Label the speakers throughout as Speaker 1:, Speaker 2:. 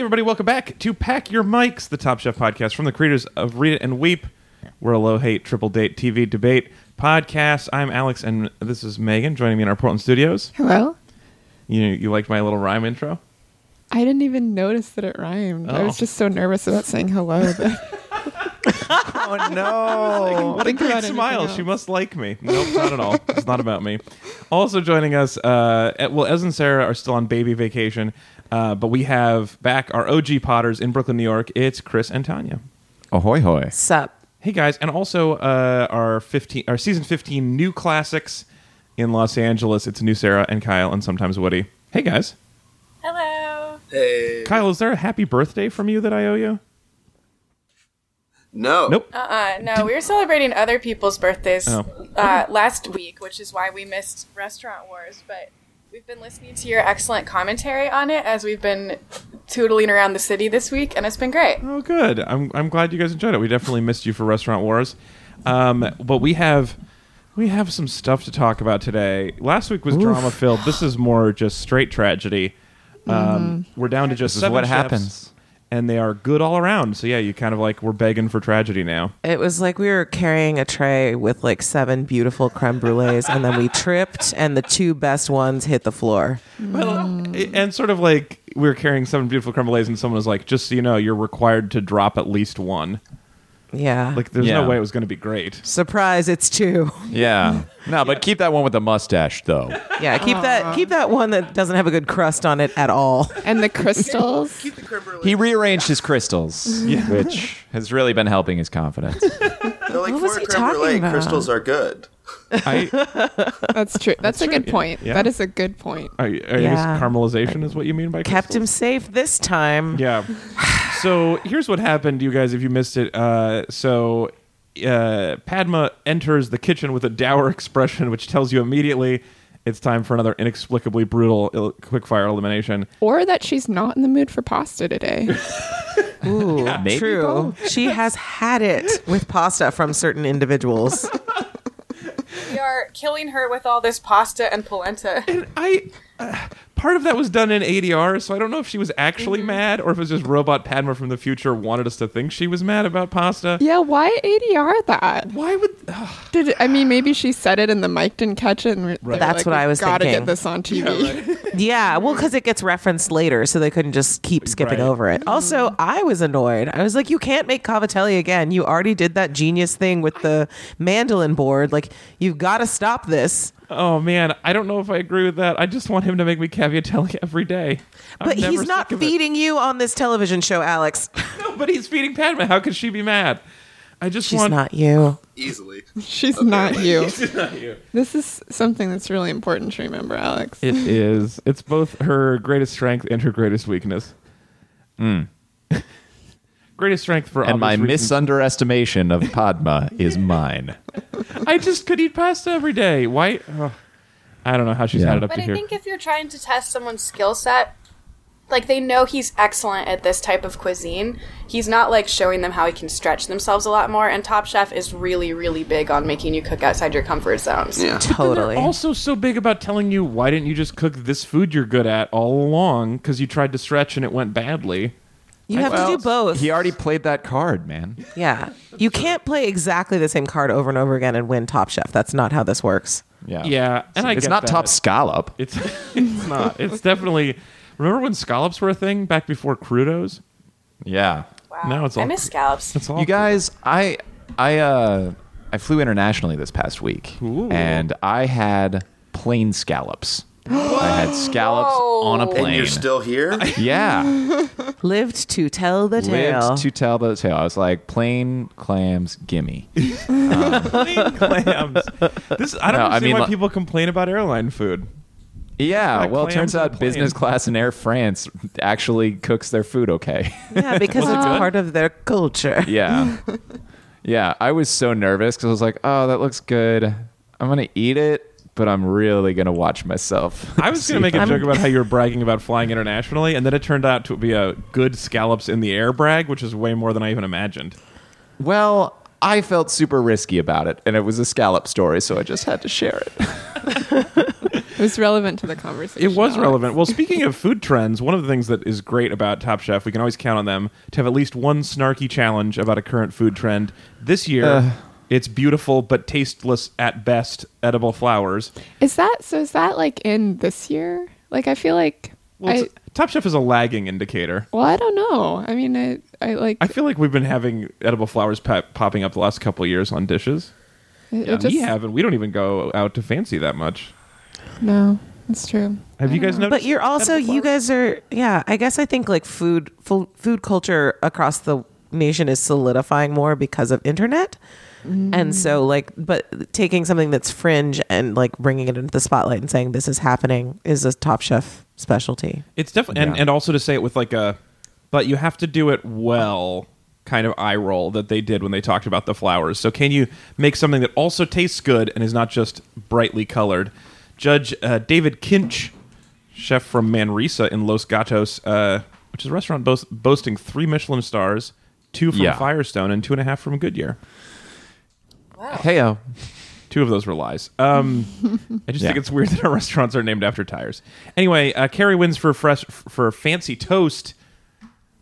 Speaker 1: everybody, welcome back to Pack Your Mics, the Top Chef podcast from the creators of Read It and Weep. We're a low hate triple date TV debate podcast. I'm Alex, and this is Megan joining me in our Portland studios.
Speaker 2: Hello?
Speaker 1: You you liked my little rhyme intro?
Speaker 2: I didn't even notice that it rhymed. I
Speaker 1: Oh.
Speaker 2: was just so nervous about saying hello. That
Speaker 3: Oh no!
Speaker 1: What a
Speaker 2: think about
Speaker 1: great
Speaker 2: anything
Speaker 1: smile! She
Speaker 2: else.
Speaker 1: must like me. Nope, not at all. It's not about me. Also joining us, uh, eh, well, Ez and Sarah are still on baby vacation, uh, but we have back our OG Potters in Brooklyn, New York. It's Chris and Tanya.
Speaker 3: Ahoy hoy!
Speaker 4: Sup.
Speaker 1: Hey guys, and also uh, our fifteen, our season fifteen new classics in Los Angeles. It's new Sarah and Kyle, and sometimes Woody. Hey guys,
Speaker 4: Hello.
Speaker 1: Kyle, is there a happy birthday from you that I owe you?
Speaker 5: No.
Speaker 1: Nope.
Speaker 4: Uh, no, we were celebrating other people's birthdays
Speaker 1: Oh.
Speaker 4: uh, last week, which is why we missed Restaurant Wars. But we've been listening to your excellent commentary on it as we've been tootling around the city this week, and it's been great.
Speaker 1: Oh, good. I'm I'm glad you guys enjoyed it. We definitely missed you for Restaurant Wars, um, but we have we have some stuff to talk about today. Last week was drama filled. This is more just straight tragedy. Um,
Speaker 6: Mm-hmm.
Speaker 1: We're down to just
Speaker 3: This is
Speaker 1: seven
Speaker 3: what
Speaker 1: chefs,
Speaker 3: happens.
Speaker 1: and they are good all around. So yeah, you kind of like we're begging for tragedy now.
Speaker 6: It was like we were carrying a tray with like seven beautiful creme brulees, and then we tripped, and the two best ones hit the floor.
Speaker 1: Well, i- Mm. and sort of like we were carrying seven beautiful creme brulees, and someone was like, "Just so you know, you're required to drop at least one."
Speaker 6: Yeah.
Speaker 1: Like, there's
Speaker 3: Yeah.
Speaker 1: no way it was going to be great.
Speaker 6: Surprise! It's two.
Speaker 3: Yeah. No, but keep that one with the mustache though.
Speaker 6: Yeah, keep that keep that one that doesn't have a good crust on it at all.
Speaker 2: and the crystals.
Speaker 3: He rearranged his crystals, which has really been helping his confidence.
Speaker 5: They're like
Speaker 6: What was
Speaker 5: for
Speaker 6: he
Speaker 5: creme brulee,
Speaker 6: talking about?
Speaker 5: crystals are good.
Speaker 1: I,
Speaker 2: That's true. That's, a good
Speaker 1: true.
Speaker 2: point.
Speaker 1: Yeah.
Speaker 2: That is a good point.
Speaker 1: I, I guess
Speaker 6: Yeah.
Speaker 1: caramelization is what you mean by
Speaker 6: Kept
Speaker 1: crystals?
Speaker 6: him safe this time.
Speaker 1: Yeah. so here's what happened, you guys, if you missed it. Uh, so uh, Padma enters the kitchen with a dour expression, which tells you immediately it's time for another inexplicably brutal il- quickfire elimination.
Speaker 2: Or that she's not in the mood for pasta today.
Speaker 6: Ooh,
Speaker 3: maybe
Speaker 6: true. She has had it with pasta from certain individuals.
Speaker 4: We are killing her with all this pasta and polenta.
Speaker 1: And I. Uh, Mm-hmm. part of that was done in ADR, so I don't know if she was actually mad or if it was just robot Padma from the future wanted us to think she was mad about pasta.
Speaker 2: yeah, why ADR that?
Speaker 1: Why would. ugh.
Speaker 2: Did it, I mean maybe she said it and the mic didn't catch it? And we- they were
Speaker 6: That's
Speaker 2: like,
Speaker 6: what
Speaker 2: "We've
Speaker 6: I was
Speaker 2: gotta
Speaker 6: thinking.
Speaker 2: get this on TV.
Speaker 6: Yeah, well, because it gets referenced later, so they couldn't just keep skipping
Speaker 1: Right.
Speaker 6: over it. Also, I was annoyed. I was like, you can't make Cavatelli again. You already did that genius thing with the mandolin board. Like, you've got to stop this.
Speaker 1: Oh man, I don't know if I agree with that. I just want him to make me caviatelli every day. I'm
Speaker 6: But
Speaker 1: never
Speaker 6: he's not
Speaker 1: sick of it.
Speaker 6: feeding you on this television show, Alex.
Speaker 1: No, but he's feeding Padma. How could she be mad? I just
Speaker 6: She's
Speaker 1: want.
Speaker 6: not you.
Speaker 5: Easily.
Speaker 2: She's not you.
Speaker 1: you.
Speaker 2: This is something that's really important to remember, Alex.
Speaker 1: It is. It's both her greatest strength and her greatest weakness. Mm. greatest strength for
Speaker 3: and my
Speaker 1: obvious reasons.
Speaker 3: misunderestimation of Padma is mine.
Speaker 1: I just could eat pasta every day. Why? ugh. I don't know how she's
Speaker 3: Yeah.
Speaker 1: had it up
Speaker 4: But
Speaker 1: to
Speaker 4: I
Speaker 1: here.
Speaker 4: think if you're trying to test someone's skill set, like they know he's excellent at this type of cuisine, he's not like showing them how he can stretch themselves a lot more. And Top Chef is really, really big on making you cook outside your comfort zones.
Speaker 5: Yeah.
Speaker 6: Totally.
Speaker 1: They're also so big about telling you why didn't you just cook this food you're good at all along because you tried to stretch and it went badly.
Speaker 6: you have to do both.
Speaker 3: He already played that card, man.
Speaker 6: yeah. You can't play exactly the same card over and over again and win Top Chef. That's not how this works.
Speaker 3: Yeah.
Speaker 1: Yeah, and I
Speaker 3: it's
Speaker 1: get
Speaker 3: not
Speaker 1: that.
Speaker 3: top scallop.
Speaker 1: It's it's not. It's definitely. Remember when scallops were a thing back before crudos?
Speaker 3: Yeah.
Speaker 4: Wow.
Speaker 1: Now it's all-
Speaker 4: I miss scallops.
Speaker 1: It's all
Speaker 3: You guys, I I uh I flew internationally this past week
Speaker 1: Ooh.
Speaker 3: and I had plane scallops. I had scallops
Speaker 4: Whoa.
Speaker 3: on a
Speaker 4: And
Speaker 3: plane.
Speaker 5: And you're still here?
Speaker 3: yeah.
Speaker 6: Lived to tell the tale.
Speaker 3: lived to tell the tale. I was like, plain clams, gimme.
Speaker 1: plain clams. This I don't
Speaker 3: No, I
Speaker 1: understand
Speaker 3: mean,
Speaker 1: why
Speaker 3: like-
Speaker 1: people complain about airline food.
Speaker 3: Yeah.
Speaker 1: Like
Speaker 3: well, it
Speaker 1: clams
Speaker 3: turns
Speaker 1: on a
Speaker 3: out business
Speaker 1: plane.
Speaker 3: class in Air France actually cooks their food okay.
Speaker 6: yeah, because
Speaker 1: Was it
Speaker 6: it's
Speaker 1: good?
Speaker 6: part of their culture.
Speaker 3: yeah. Yeah. I was so nervous because I was like, oh, that looks good. I'm going to eat it, but I'm really going to watch myself.
Speaker 1: I was going to make a
Speaker 6: I'm-
Speaker 1: joke about how you were bragging about flying internationally, and then it turned out to be a good scallops in the air brag, which is way more than I even imagined.
Speaker 3: Well, I felt super risky about it, and it was a scallop story, so I just had to share it.
Speaker 2: It was relevant to the conversation.
Speaker 1: It was
Speaker 2: Alex.
Speaker 1: relevant. Well, speaking of food trends, one of the things that is great about Top Chef, we can always count on them to have at least one snarky challenge about a current food trend. This year, it's beautiful but tasteless at best edible flowers.
Speaker 2: Is that so? Is that like in this year? Like I feel like
Speaker 1: Well,
Speaker 2: I
Speaker 1: it's- Top Chef is a lagging indicator.
Speaker 2: well I don't know. I mean I I like
Speaker 1: I feel like we've been having edible flowers pop- popping up the last couple years on dishes.
Speaker 2: it,
Speaker 1: Yeah,
Speaker 2: it just
Speaker 1: we haven't. We don't even go out to fancy that much.
Speaker 2: no. It's true.
Speaker 1: Have you guys noticed?
Speaker 6: But you're also you guys are yeah. I guess I think like food fu- food culture across the nation is solidifying more because of internet. And so like but taking something that's fringe and like bringing it into the spotlight and saying this is happening is a top chef specialty.
Speaker 1: It's definitely and,
Speaker 3: Yeah.
Speaker 1: and also to say it with like a but you have to do it well kind of eye roll that they did when they talked about the flowers. So can you make something that also tastes good and is not just brightly colored? Judge uh, David Kinch, chef from Manresa in Los Gatos, uh, which is a restaurant boast, boasting three Michelin stars, two from
Speaker 3: Yeah.
Speaker 1: Firestone and two and a half from Goodyear.
Speaker 3: Heyo.
Speaker 1: Two of those were lies. Um, I just
Speaker 3: Yeah.
Speaker 1: think it's weird that our restaurants are named after tires. Anyway, uh, Carrie wins for fresh for fancy toast,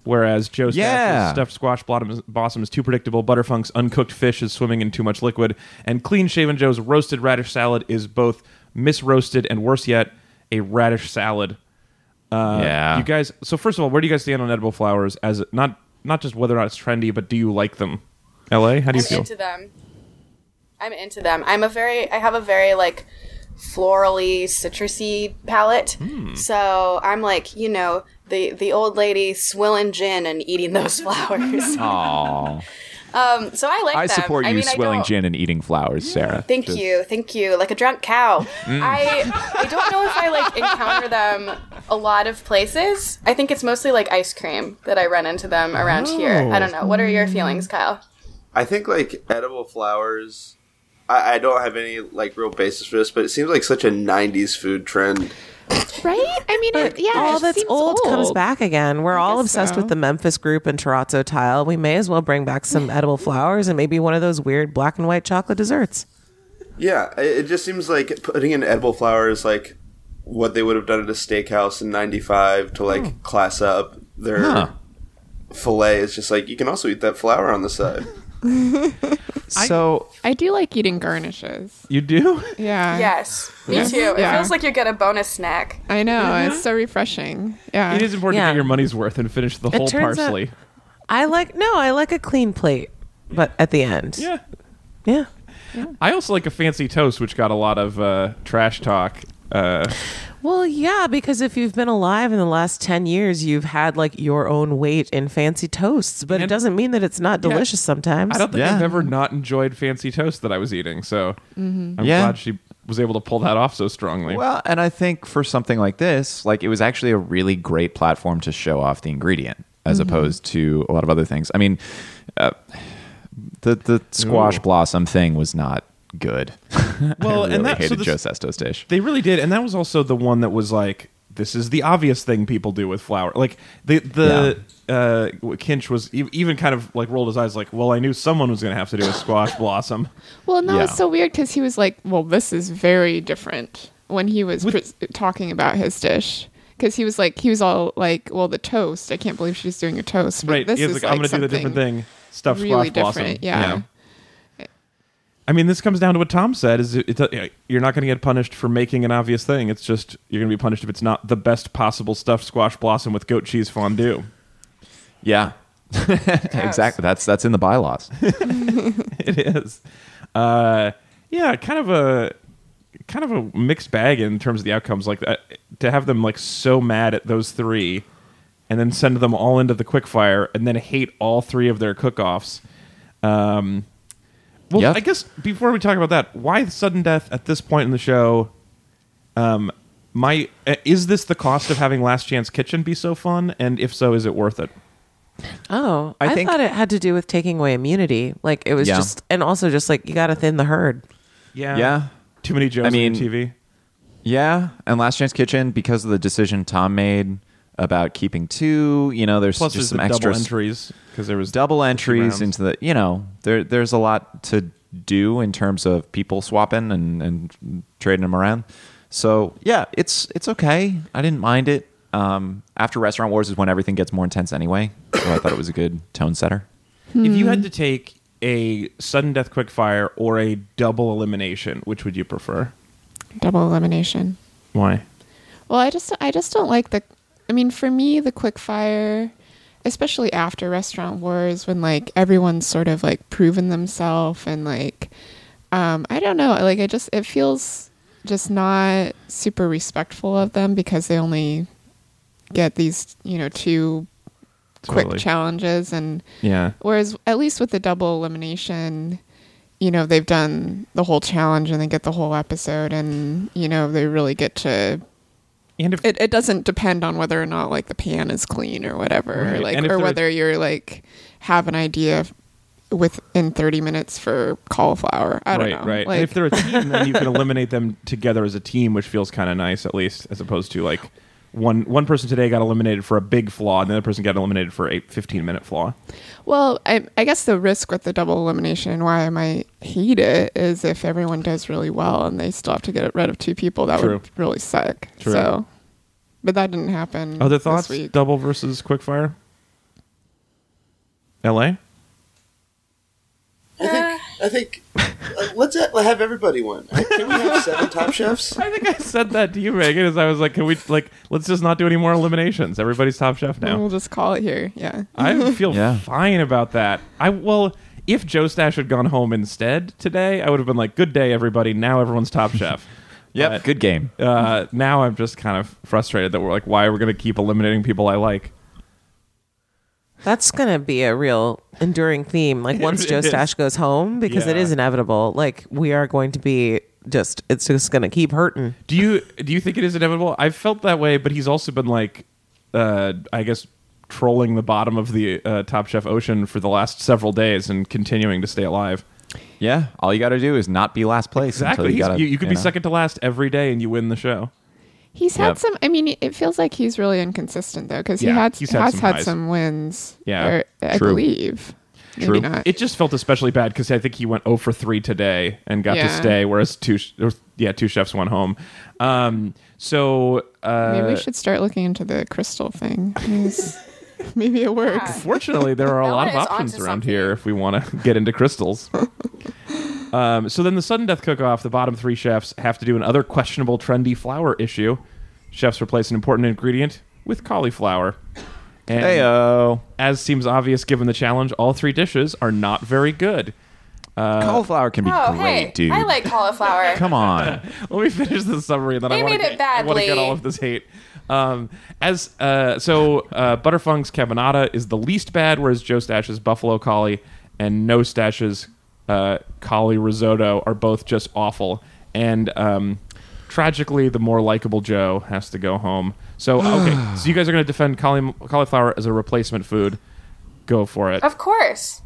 Speaker 1: whereas Joe's
Speaker 3: Yeah.
Speaker 1: stuffed squash blottom- blossom is too predictable. Butterfunk's uncooked fish is swimming in too much liquid, and clean shaven Joe's roasted radish salad is both misroasted and worse yet, a radish salad. Uh,
Speaker 3: Yeah.
Speaker 1: you guys. So first of all, where do you guys stand on edible flowers? As not not just whether or not it's trendy, but do you like them? L.A. How do you
Speaker 4: I'm
Speaker 1: feel?
Speaker 4: into them. I'm into them. I'm a very I have a very like florally citrusy palate.
Speaker 3: Hmm.
Speaker 4: So I'm like, you know, the the old lady swilling gin and eating those flowers.
Speaker 3: Aw.
Speaker 4: um so I like
Speaker 3: Ah, I
Speaker 4: them.
Speaker 3: support you
Speaker 4: mean, I
Speaker 3: swilling
Speaker 4: don't-
Speaker 3: gin and eating flowers, Sarah.
Speaker 4: Thank
Speaker 3: Just-
Speaker 4: you, thank you. Like a drunk cow.
Speaker 3: Hmm.
Speaker 4: I I don't know if I like encounter them a lot of places. I think it's mostly like ice cream that I run into them around here.
Speaker 3: Oh.
Speaker 4: I don't know. What are your feelings, Kyle?
Speaker 5: I think like edible flowers. I, I don't have any like real basis for this, but it seems like such a '90s food trend.
Speaker 2: Right? I mean it, yeah.
Speaker 6: all
Speaker 2: it
Speaker 6: that's
Speaker 2: seems
Speaker 6: old, comes
Speaker 2: old.
Speaker 6: back again. We're all
Speaker 2: guess
Speaker 6: obsessed
Speaker 2: so.
Speaker 6: with the Memphis group and terrazzo tile. We may as well bring back some edible flowers and maybe one of those weird black and white chocolate desserts.
Speaker 5: Yeah, it, it just seems like putting in edible flowers like what they would have done at a steakhouse in '95 to
Speaker 6: Oh.
Speaker 5: like class up their fillet. It's just like you can also eat that flower on the side.
Speaker 3: So
Speaker 2: I do like eating garnishes.
Speaker 1: You do.
Speaker 2: Yeah.
Speaker 4: Yes, me
Speaker 2: Yes.
Speaker 4: too. It
Speaker 2: Yeah.
Speaker 4: feels like you get a bonus snack.
Speaker 2: I know. It's so refreshing. Yeah.
Speaker 1: Mm-hmm. It is important to
Speaker 6: Yeah.
Speaker 1: get your money's worth and finish the whole
Speaker 6: turns out-
Speaker 1: parsley.
Speaker 6: I like no, I like a clean plate, but at the end,
Speaker 1: yeah.
Speaker 6: yeah.
Speaker 1: I also like a fancy toast, which got a lot of uh, trash talk. Uh,
Speaker 6: Well, yeah, because if you've been alive in the last 10 years, you've had like your own weight in fancy toasts, but
Speaker 1: And-
Speaker 6: it doesn't mean that it's not
Speaker 1: Yeah.
Speaker 6: delicious sometimes.
Speaker 1: I don't think
Speaker 3: Yeah.
Speaker 1: I've ever not enjoyed fancy toast that I was eating. So
Speaker 6: Mm-hmm.
Speaker 1: I'm
Speaker 3: Yeah.
Speaker 1: glad she was able to pull that off so strongly.
Speaker 3: Well, and I think for something like this, like it was actually a really great platform to show off the ingredient as
Speaker 1: Mm-hmm.
Speaker 3: opposed to a lot of other things. I mean, uh, the the squash
Speaker 1: Ooh.
Speaker 3: blossom thing was not good.
Speaker 1: Well,
Speaker 3: I
Speaker 1: and
Speaker 3: really
Speaker 1: that- so
Speaker 3: hated
Speaker 1: this-
Speaker 3: Joe Sesto's dish.
Speaker 1: They really did, and that was also the one that was like, this is the obvious thing people do with flour. Like the the uh, Kinch was e- even kind of like rolled his eyes, like, well, I knew someone was going to have to do a squash blossom.
Speaker 2: Well, and that was
Speaker 3: Yeah.
Speaker 2: so weird because he was like, "Well, this is very different." When he was pres- talking about his dish, because he was like, he was all like, "Well, the toast. I can't believe she's doing a toast." But
Speaker 1: right.
Speaker 2: This
Speaker 1: he was
Speaker 2: is
Speaker 1: like, I'm going to do the
Speaker 2: something
Speaker 1: different thing. Stuffed
Speaker 2: Really
Speaker 1: squash blossom.
Speaker 2: different. Yeah.
Speaker 1: I mean, this comes down to what Tom said: is it, it, you're not going to get punished for making an obvious thing. It's just you're going to be punished if it's not the best possible stuffed squash blossom with goat cheese fondue.
Speaker 3: Yeah. exactly. That's that's in the bylaws.
Speaker 1: it is, uh, yeah, kind of a kind of a mixed bag in terms of the outcomes. Like uh, to have them like so mad at those three, and then send them all into the quickfire, and then hate all three of their cook-offs. Um, well,
Speaker 3: Yep.
Speaker 1: I guess before we talk about that, why the sudden death at this point in the show? Um, my uh, is this the cost of having Last Chance Kitchen be so fun? And if so, is it worth it?
Speaker 6: Oh,
Speaker 3: I
Speaker 6: I,
Speaker 3: think-
Speaker 6: thought it had to do with taking away immunity. Like it was
Speaker 3: Yeah.
Speaker 6: just, and also just like you got to thin the herd.
Speaker 1: Yeah,
Speaker 3: Yeah.
Speaker 1: Too many jokes
Speaker 3: I mean-
Speaker 1: on TV.
Speaker 3: Yeah, and Last Chance Kitchen because of the decision Tom made about keeping two. You know, there's
Speaker 1: Plus,
Speaker 3: just
Speaker 1: there's
Speaker 3: some
Speaker 1: the
Speaker 3: extra
Speaker 1: double entries because there was
Speaker 3: double entries
Speaker 1: rounds.
Speaker 3: into the you know there there's a lot to do in terms of people swapping and and trading them around So yeah, it's it's okay. I didn't mind it. Um, after Restaurant Wars is when everything gets more intense anyway. So I thought it was a good tone setter.
Speaker 2: Hmm.
Speaker 1: If you had to take a sudden death quickfire or a double elimination, which would you prefer?
Speaker 2: Double elimination.
Speaker 1: Why?
Speaker 2: Well, I just I just don't like the. I mean, for me, the quick fire, especially after Restaurant Wars, when like everyone's sort of like proven themselves and like, um, I don't know, like I just it feels just not super respectful of them because they only get these you know two
Speaker 1: Totally.
Speaker 2: quick challenges and
Speaker 1: Yeah.
Speaker 2: whereas at least with the double elimination you know they've done the whole challenge and they get the whole episode and you know they really get to
Speaker 1: And if
Speaker 2: it, it doesn't depend on whether or not like the pan is clean or whatever or,
Speaker 1: Right.
Speaker 2: like
Speaker 1: And if
Speaker 2: or
Speaker 1: they're-
Speaker 2: whether you're like have an idea f- within 30 minutes for cauliflower i don't
Speaker 1: right,
Speaker 2: know
Speaker 1: right.
Speaker 2: like,
Speaker 1: and if they're a team, then you can eliminate them together as a team, which feels kind of nice, at least, as opposed to like one one person today got eliminated for a big flaw, and the other person got eliminated for a 15 minute flaw.
Speaker 2: well I, I guess the risk with the double elimination and why i might hate it is if everyone does really well and they still have to get rid of two people that
Speaker 1: True.
Speaker 2: would really suck
Speaker 1: True.
Speaker 2: so but that didn't happen
Speaker 1: Other
Speaker 2: this
Speaker 1: thoughts?
Speaker 2: week.
Speaker 1: Double versus quickfire. L.A.
Speaker 5: I think. I think. uh, let's uh, have everybody win. Can we have seven Top Chefs?
Speaker 1: I think I said that to you, Megan, as I was like, "Can we like let's just not do any more eliminations? Everybody's top chef now."
Speaker 2: we'll just call it here yeah
Speaker 1: I feel
Speaker 3: Yeah.
Speaker 1: fine about that. I well, if Joe Stash had gone home instead today, I would have been like, "Good day, everybody." Now everyone's top chef.
Speaker 3: Yep, good game.
Speaker 1: But, uh, now I'm just kind of frustrated that we're like, why are we going to keep eliminating people I like?
Speaker 6: That's gonna be a real enduring theme. Like once
Speaker 1: It
Speaker 6: Joe
Speaker 1: is.
Speaker 6: Stash goes home, because it
Speaker 1: Yeah.
Speaker 6: is inevitable. Like we are going to be just. It's just gonna keep hurting.
Speaker 1: Do you do you think it is inevitable? I've felt that way, but he's also been like, uh, I guess, trolling the bottom of the uh, Top Chef ocean for the last several days and continuing to stay alive.
Speaker 3: Yeah, all you got to do is not be last place.
Speaker 1: Exactly.
Speaker 3: Until you,
Speaker 1: He's-
Speaker 3: gotta,
Speaker 1: you, you could be
Speaker 3: know.
Speaker 1: second to last every day, and you win the show.
Speaker 2: He's had
Speaker 3: Yep.
Speaker 2: some. I mean, it feels like he's really inconsistent though, because
Speaker 1: Yeah,
Speaker 2: he had,
Speaker 1: he's had
Speaker 2: has
Speaker 1: some
Speaker 2: had
Speaker 1: highs.
Speaker 2: some wins.
Speaker 1: Yeah.
Speaker 2: or, I
Speaker 3: True.
Speaker 2: believe.
Speaker 3: True.
Speaker 2: Maybe not.
Speaker 1: It just felt especially bad because I think he went 0 for 3 today and got to
Speaker 2: Yeah.
Speaker 1: stay, whereas two, sh- or- yeah, two chefs went home. Um, so uh,
Speaker 2: maybe we should start looking into the crystal thing. It's- maybe it works.
Speaker 1: fortunately, there are a lot of
Speaker 4: Ella is
Speaker 1: options
Speaker 4: onto
Speaker 1: around
Speaker 4: something.
Speaker 1: here if we want to get into crystals. um, so then the sudden death cook-off, the bottom three chefs have to do another questionable, trendy flour issue. Chefs replace an important ingredient with cauliflower. And
Speaker 3: uh, Heyo.
Speaker 1: as seems obvious given the challenge, all three dishes are not very good. Uh,
Speaker 3: cauliflower can be
Speaker 4: Oh,
Speaker 3: great,
Speaker 4: hey,
Speaker 3: dude.
Speaker 4: I like cauliflower.
Speaker 3: Come on.
Speaker 1: Let me finish the summary, and then I
Speaker 4: They
Speaker 1: want to
Speaker 4: made it
Speaker 1: get, I wanna get
Speaker 4: badly.
Speaker 1: all of this hate. Um, as uh, so, uh, Butterfung's Cabanata is the least bad, whereas Joe Stash's Buffalo Collie and No Stash's uh, Collie Risotto are both just awful. And um, tragically, the more likable Joe has to go home. So okay, so you guys are going to defend cauli- cauliflower as a replacement food. Go for it.
Speaker 4: Of course.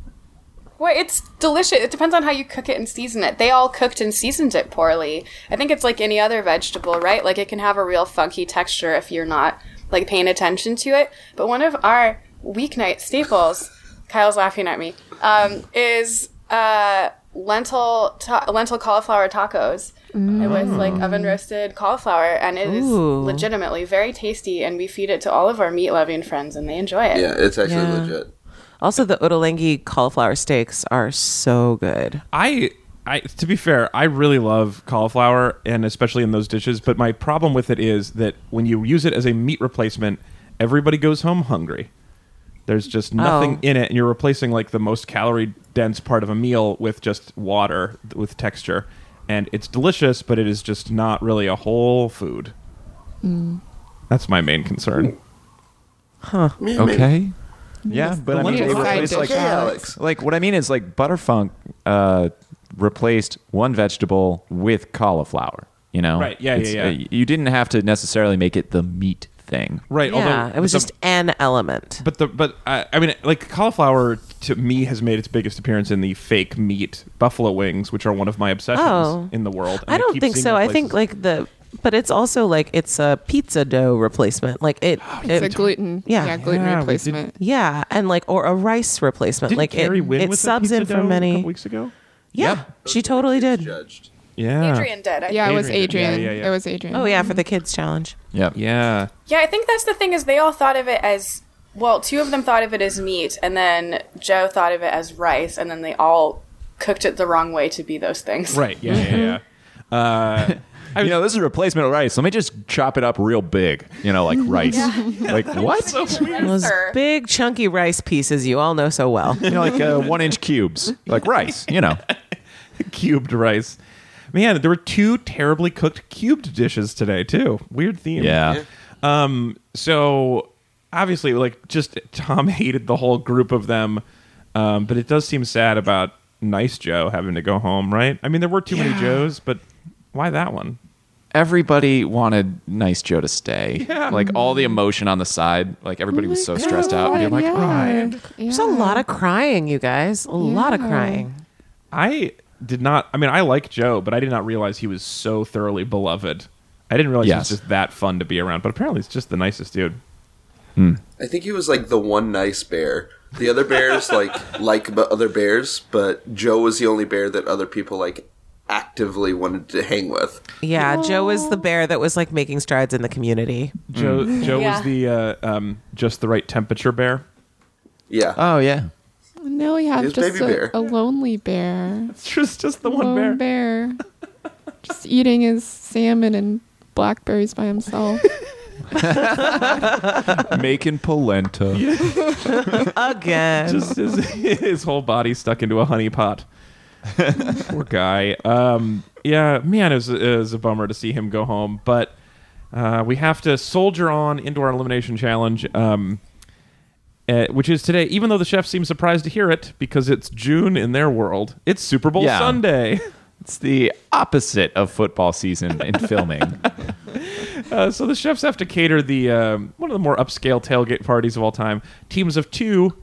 Speaker 4: Well, it's delicious. It depends on how you cook it and season it. They all cooked and seasoned it poorly. I think it's like any other vegetable, right? Like it can have a real funky texture if you're not like paying attention to it. But one of our weeknight staples, Kyle's laughing at me, um, is uh, lentil ta- lentil cauliflower tacos with like oven roasted cauliflower, and it is
Speaker 6: Ooh.
Speaker 4: legitimately very tasty. And we feed it to all of our meat loving friends, and they enjoy it.
Speaker 5: Yeah, it's actually
Speaker 6: Yeah.
Speaker 5: legit.
Speaker 6: Also, the ottolenghi cauliflower steaks are so good.
Speaker 1: I I to be fair, I really love cauliflower and especially in those dishes, but my problem with it is that when you use it as a meat replacement, everybody goes home hungry. There's just nothing
Speaker 6: Oh.
Speaker 1: in it and you're replacing like the most calorie dense part of a meal with just water th- with texture. And it's delicious, but it is just not really a whole food.
Speaker 6: Mm.
Speaker 1: That's my main concern.
Speaker 5: Me, me.
Speaker 3: Okay. Yeah, but I mean,
Speaker 1: lentil
Speaker 3: they
Speaker 1: side
Speaker 3: replaced
Speaker 2: dish,
Speaker 3: like
Speaker 2: Alex.
Speaker 3: like what I mean is like Butterfunk uh, replaced one vegetable with cauliflower. You know,
Speaker 1: Right, yeah,
Speaker 3: It's-
Speaker 1: yeah, yeah.
Speaker 3: uh, you didn't have to necessarily make it the meat thing.
Speaker 1: Right,
Speaker 6: yeah,
Speaker 1: although
Speaker 6: it was
Speaker 1: the-
Speaker 6: just an element.
Speaker 1: But the but I, I mean like cauliflower to me has made its biggest appearance in the fake meat buffalo wings, which are one of my obsessions
Speaker 6: Oh.
Speaker 1: in the world. and
Speaker 6: I don't
Speaker 1: keep
Speaker 6: think
Speaker 1: seeing
Speaker 6: so.
Speaker 1: the
Speaker 6: I think
Speaker 1: places-
Speaker 6: like the, but it's also like it's a pizza dough replacement. Like it,
Speaker 1: Oh,
Speaker 2: It's a
Speaker 6: it-
Speaker 2: gluten.
Speaker 6: Yeah.
Speaker 2: Yeah, gluten
Speaker 1: Yeah, we
Speaker 2: replacement.
Speaker 6: yeah, and like or a rice replacement.
Speaker 1: didn't
Speaker 6: like
Speaker 1: Carrie
Speaker 6: it,
Speaker 1: win
Speaker 6: it
Speaker 1: with
Speaker 6: subs
Speaker 1: the
Speaker 6: in
Speaker 1: pizza
Speaker 6: for
Speaker 1: dough a
Speaker 6: many.
Speaker 1: couple weeks ago.
Speaker 6: yeah, she totally did.
Speaker 5: Judged.
Speaker 1: Yeah.
Speaker 4: Adrian did. I
Speaker 2: Yeah, it was
Speaker 1: Adrian. Yeah,
Speaker 2: Adrian.
Speaker 1: yeah, yeah.
Speaker 2: It was Adrian.
Speaker 6: Oh yeah, for the kids challenge.
Speaker 3: Yep.
Speaker 1: Yeah.
Speaker 4: Yeah, I think that's the thing is they all thought of it as well, two of them thought of it as meat and then Joe thought of it as rice and then they all cooked it the wrong way to be those things.
Speaker 1: Right. Yeah. Yeah. Yeah.
Speaker 3: Uh, You know, this is replacement rice. Let me just chop it up real big. You know, like rice. Like what?
Speaker 6: Those
Speaker 4: Sir.
Speaker 6: big chunky rice pieces you all know so well.
Speaker 3: you know, like uh, one inch cubes, like rice. You know.
Speaker 1: Cubed rice. Man, there were two terribly cooked cubed dishes today too. Weird theme.
Speaker 3: Yeah.
Speaker 1: Um, so obviously, like, just Tom hated the whole group of them, um, but it does seem sad about Nice Joe having to go home, right? I mean, there were too many Joes, but why that one?
Speaker 3: Everybody wanted Nice Joe to stay.
Speaker 1: Yeah.
Speaker 3: Like all the emotion on the side. Like everybody was so stressed out. You're like,
Speaker 2: yeah.
Speaker 6: There's a lot of crying, you guys. A lot of
Speaker 2: Yeah.
Speaker 6: crying.
Speaker 1: I did not. I mean, I like Joe, but I did not realize he was so thoroughly beloved. I didn't realize
Speaker 3: Yes.
Speaker 1: he was just that fun to be around. But apparently, he's just the nicest dude.
Speaker 5: I think he was like the one nice bear. The other bears like like b- other bears, but Joe was the only bear that other people like actively wanted to hang with.
Speaker 6: Yeah, Joe was the bear that was like making strides in the community.
Speaker 1: Joe, Joe
Speaker 4: Yeah.
Speaker 1: was the uh, um, just the right temperature bear.
Speaker 5: Yeah.
Speaker 1: Uh,
Speaker 3: oh yeah.
Speaker 2: No, we have
Speaker 5: It's
Speaker 2: just
Speaker 5: baby bear.
Speaker 2: a, a lonely bear.
Speaker 1: It's just just the one bear.
Speaker 2: Lone bear. just eating his salmon and blackberries by himself.
Speaker 3: Making polenta.
Speaker 6: Again.
Speaker 1: Just his, his whole body stuck into a honey pot. Poor guy. Um, yeah, man, it was, it was a bummer to see him go home, but uh, we have to soldier on into our elimination challenge, um, uh, which is today. Even though the chef seems surprised to hear it because it's June in their world, it's Super Bowl
Speaker 3: Yeah.
Speaker 1: Sunday.
Speaker 3: It's the opposite of football season in filming.
Speaker 1: Uh, so the chefs have to cater the um, one of the more upscale tailgate parties of all time. Teams of two,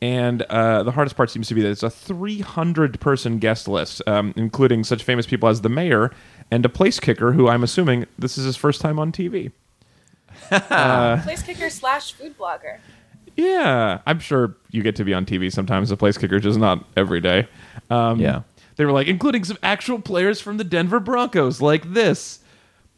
Speaker 1: and uh, the hardest part seems to be that it's a 300 person guest list, um, including such famous people as the mayor and a place kicker, who I'm assuming this is his first time on TV.
Speaker 4: Place kicker slash food blogger.
Speaker 1: Yeah, I'm sure you get to be on TV sometimes. The place kicker just not every day. Um,
Speaker 3: Yeah.
Speaker 1: they were like including some actual players from the Denver Broncos, like this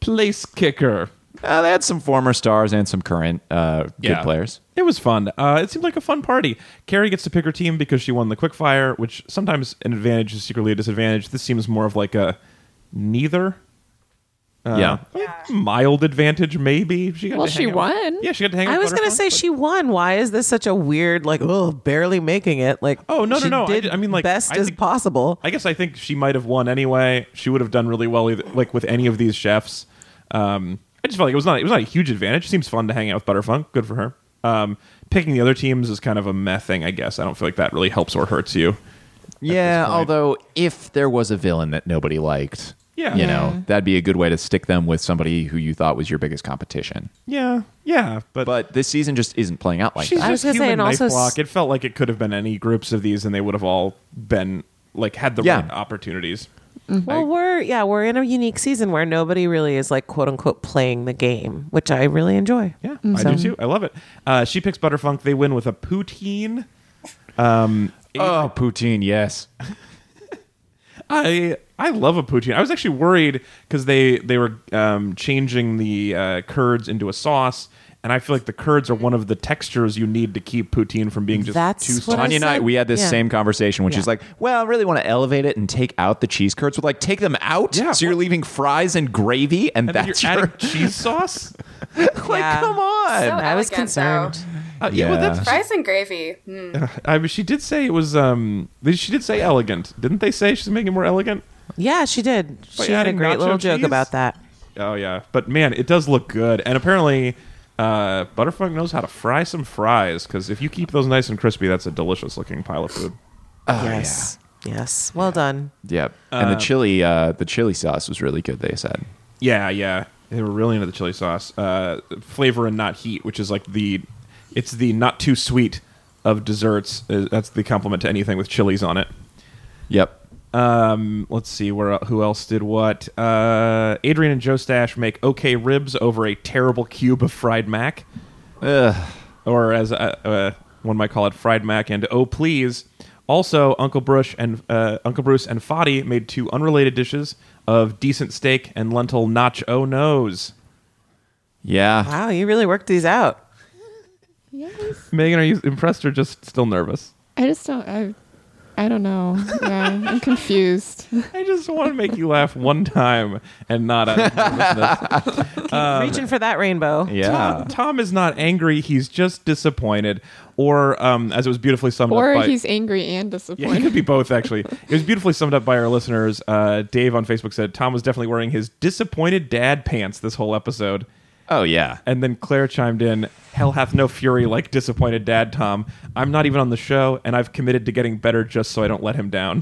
Speaker 1: place kicker.
Speaker 3: Uh, they had some former stars and some current uh, good
Speaker 1: Yeah.
Speaker 3: players.
Speaker 1: It was fun. Uh, it seemed like a fun party. Carrie gets to pick her team because she won the quickfire, which sometimes an advantage is secretly a disadvantage. This seems more of like a neither. Uh,
Speaker 3: yeah.
Speaker 1: Mild advantage, maybe. She got
Speaker 2: Well,
Speaker 1: to hang
Speaker 2: she
Speaker 1: out with-
Speaker 2: won.
Speaker 1: yeah, she got to hang out
Speaker 6: I
Speaker 1: with
Speaker 6: was gonna
Speaker 1: Butterfly,
Speaker 6: say
Speaker 1: but-
Speaker 6: she won. Why is this such a weird like oh barely making it? Like
Speaker 1: Oh, no, no,
Speaker 6: she
Speaker 1: no. I
Speaker 6: Did
Speaker 1: ju- I mean, like,
Speaker 6: best
Speaker 1: I
Speaker 6: as
Speaker 1: think-
Speaker 6: possible.
Speaker 1: I guess I think she might have won anyway. She would have done really well, either, like with any of these chefs. Um, I just felt like it was not it was not a huge advantage. It seems fun to hang out with Butterfunk. Good for her. Um, picking the other teams is kind of a meh thing, I guess. I don't feel like that really helps or hurts you.
Speaker 3: Yeah,
Speaker 1: point.
Speaker 3: although if there was a villain that nobody liked,
Speaker 1: Yeah.
Speaker 3: you
Speaker 2: Yeah.
Speaker 3: know, that'd be a good way to stick them with somebody who you thought was your biggest competition.
Speaker 1: Yeah, yeah,
Speaker 3: But this season just isn't playing out like
Speaker 1: She's
Speaker 3: that.
Speaker 6: I was
Speaker 1: just
Speaker 6: gonna say,
Speaker 1: human
Speaker 6: and
Speaker 1: knife
Speaker 6: also s-
Speaker 1: block. It felt like it could have been any groups of these, and they would have all been like had the
Speaker 3: Yeah.
Speaker 1: right opportunities.
Speaker 6: Well, we're yeah we're in a unique season where nobody really is like quote unquote playing the game, which I really enjoy.
Speaker 1: Yeah, I do too. I love it. Uh, she picks Butterfunk. They win with a poutine.
Speaker 3: Oh, poutine, yes.
Speaker 1: I I love a poutine. I was actually worried because they they were um, changing the uh, curds into a sauce, and I feel like the curds are one of the textures you need to keep poutine from being just
Speaker 6: That's
Speaker 1: too.
Speaker 6: what I
Speaker 3: Tanya and I,
Speaker 6: said-
Speaker 3: we had this
Speaker 6: yeah.
Speaker 3: same conversation when
Speaker 6: Yeah.
Speaker 3: she's like, well, I really want to elevate it and take out the cheese curds. We're like, take them out?
Speaker 1: Yeah.
Speaker 3: So you're leaving fries and gravy, and,
Speaker 1: And then
Speaker 3: that's
Speaker 1: you're
Speaker 3: your...
Speaker 1: adding cheese sauce.
Speaker 3: like,
Speaker 6: Yeah.
Speaker 3: come on.
Speaker 4: So
Speaker 6: I was
Speaker 4: elegant, though.
Speaker 6: concerned.
Speaker 1: Uh, yeah, well,
Speaker 3: Yeah.
Speaker 1: that's
Speaker 4: Fries and gravy. Mm.
Speaker 1: I mean, she did say it was. Um, she did say elegant, didn't they? Say she's making it more elegant.
Speaker 6: Yeah, she did.
Speaker 1: By
Speaker 6: She had a
Speaker 1: adding
Speaker 6: great
Speaker 1: nacho
Speaker 6: little joke
Speaker 1: cheese?
Speaker 6: about that.
Speaker 1: Oh yeah, but man, it does look good. And apparently, uh, Butterfunk knows how to fry some fries because if you keep those nice and crispy, that's a delicious looking pile of food.
Speaker 6: yes. Yes. Well done.
Speaker 3: Oh, Yeah, and
Speaker 1: Um,
Speaker 3: the chili, uh, the chili sauce was really good. They said.
Speaker 1: Yeah, yeah, they were really into the chili sauce, uh, flavor and not heat, which is like the, it's the not too sweet of desserts. Uh, That's the compliment to anything with chilies on it.
Speaker 3: Yep.
Speaker 1: Um, let's see where who else did what. Uh, Adrian and Joe Stash make okay ribs over a terrible cube of fried mac.
Speaker 3: Ugh.
Speaker 1: or as uh, uh, one might call it, fried mac and oh please, Also, Uncle Bruce and uh, Uncle Bruce and Fadi made two unrelated dishes of decent steak and lentil nacho nos.
Speaker 3: Yeah.
Speaker 6: Wow, you really worked these out.
Speaker 2: Yes.
Speaker 1: Megan, are you impressed or just still nervous?
Speaker 2: I just don't. I, I don't know. Yeah, I'm confused.
Speaker 1: I just want to make you laugh one time and not out of nervousness. Um,
Speaker 6: Reaching for that rainbow.
Speaker 1: Tom,
Speaker 3: Yeah.
Speaker 1: Tom is not angry; he's just disappointed, or um, as it was beautifully summed
Speaker 2: Or
Speaker 1: up by
Speaker 2: he's angry and
Speaker 1: Yeah, it
Speaker 2: disappointed.
Speaker 1: could be both, actually. It was beautifully summed up by our listeners. Uh, Dave on Facebook said Tom was definitely wearing his disappointed dad pants this whole episode.
Speaker 3: Oh yeah.
Speaker 1: And then Claire chimed in, Hell hath no fury like disappointed dad, Tom. I'm not even on the show, and I've committed to getting better just so I don't let him down.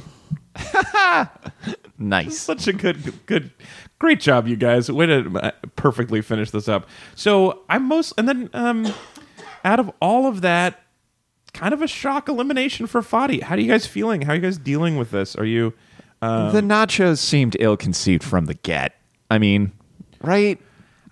Speaker 3: Nice.
Speaker 1: Such a good, good, great job, you guys. Way to uh, perfectly finish this up. So I'm most, and then um, out of all of that, kind of a shock elimination for Fadi. How are you guys feeling? How are you guys dealing with this? Are you. Um,
Speaker 3: the nachos seemed ill-conceived from the get. I mean, right?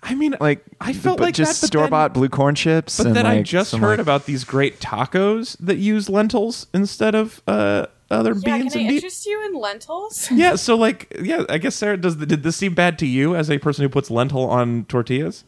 Speaker 1: I mean,
Speaker 3: Like
Speaker 1: I felt
Speaker 3: but
Speaker 1: like
Speaker 3: just
Speaker 1: that, but then-
Speaker 3: store-bought blue corn chips.
Speaker 1: But
Speaker 3: and
Speaker 1: then I
Speaker 3: like
Speaker 1: just
Speaker 3: some,
Speaker 1: heard
Speaker 3: like-
Speaker 1: about these great tacos that use lentils instead of uh, other
Speaker 4: Yeah,
Speaker 1: beans
Speaker 4: can I
Speaker 1: and beans.
Speaker 4: interest you in lentils?
Speaker 1: Yeah, so like, yeah, I guess Sarah, does the, did this seem bad to you as a person who puts lentil on tortillas?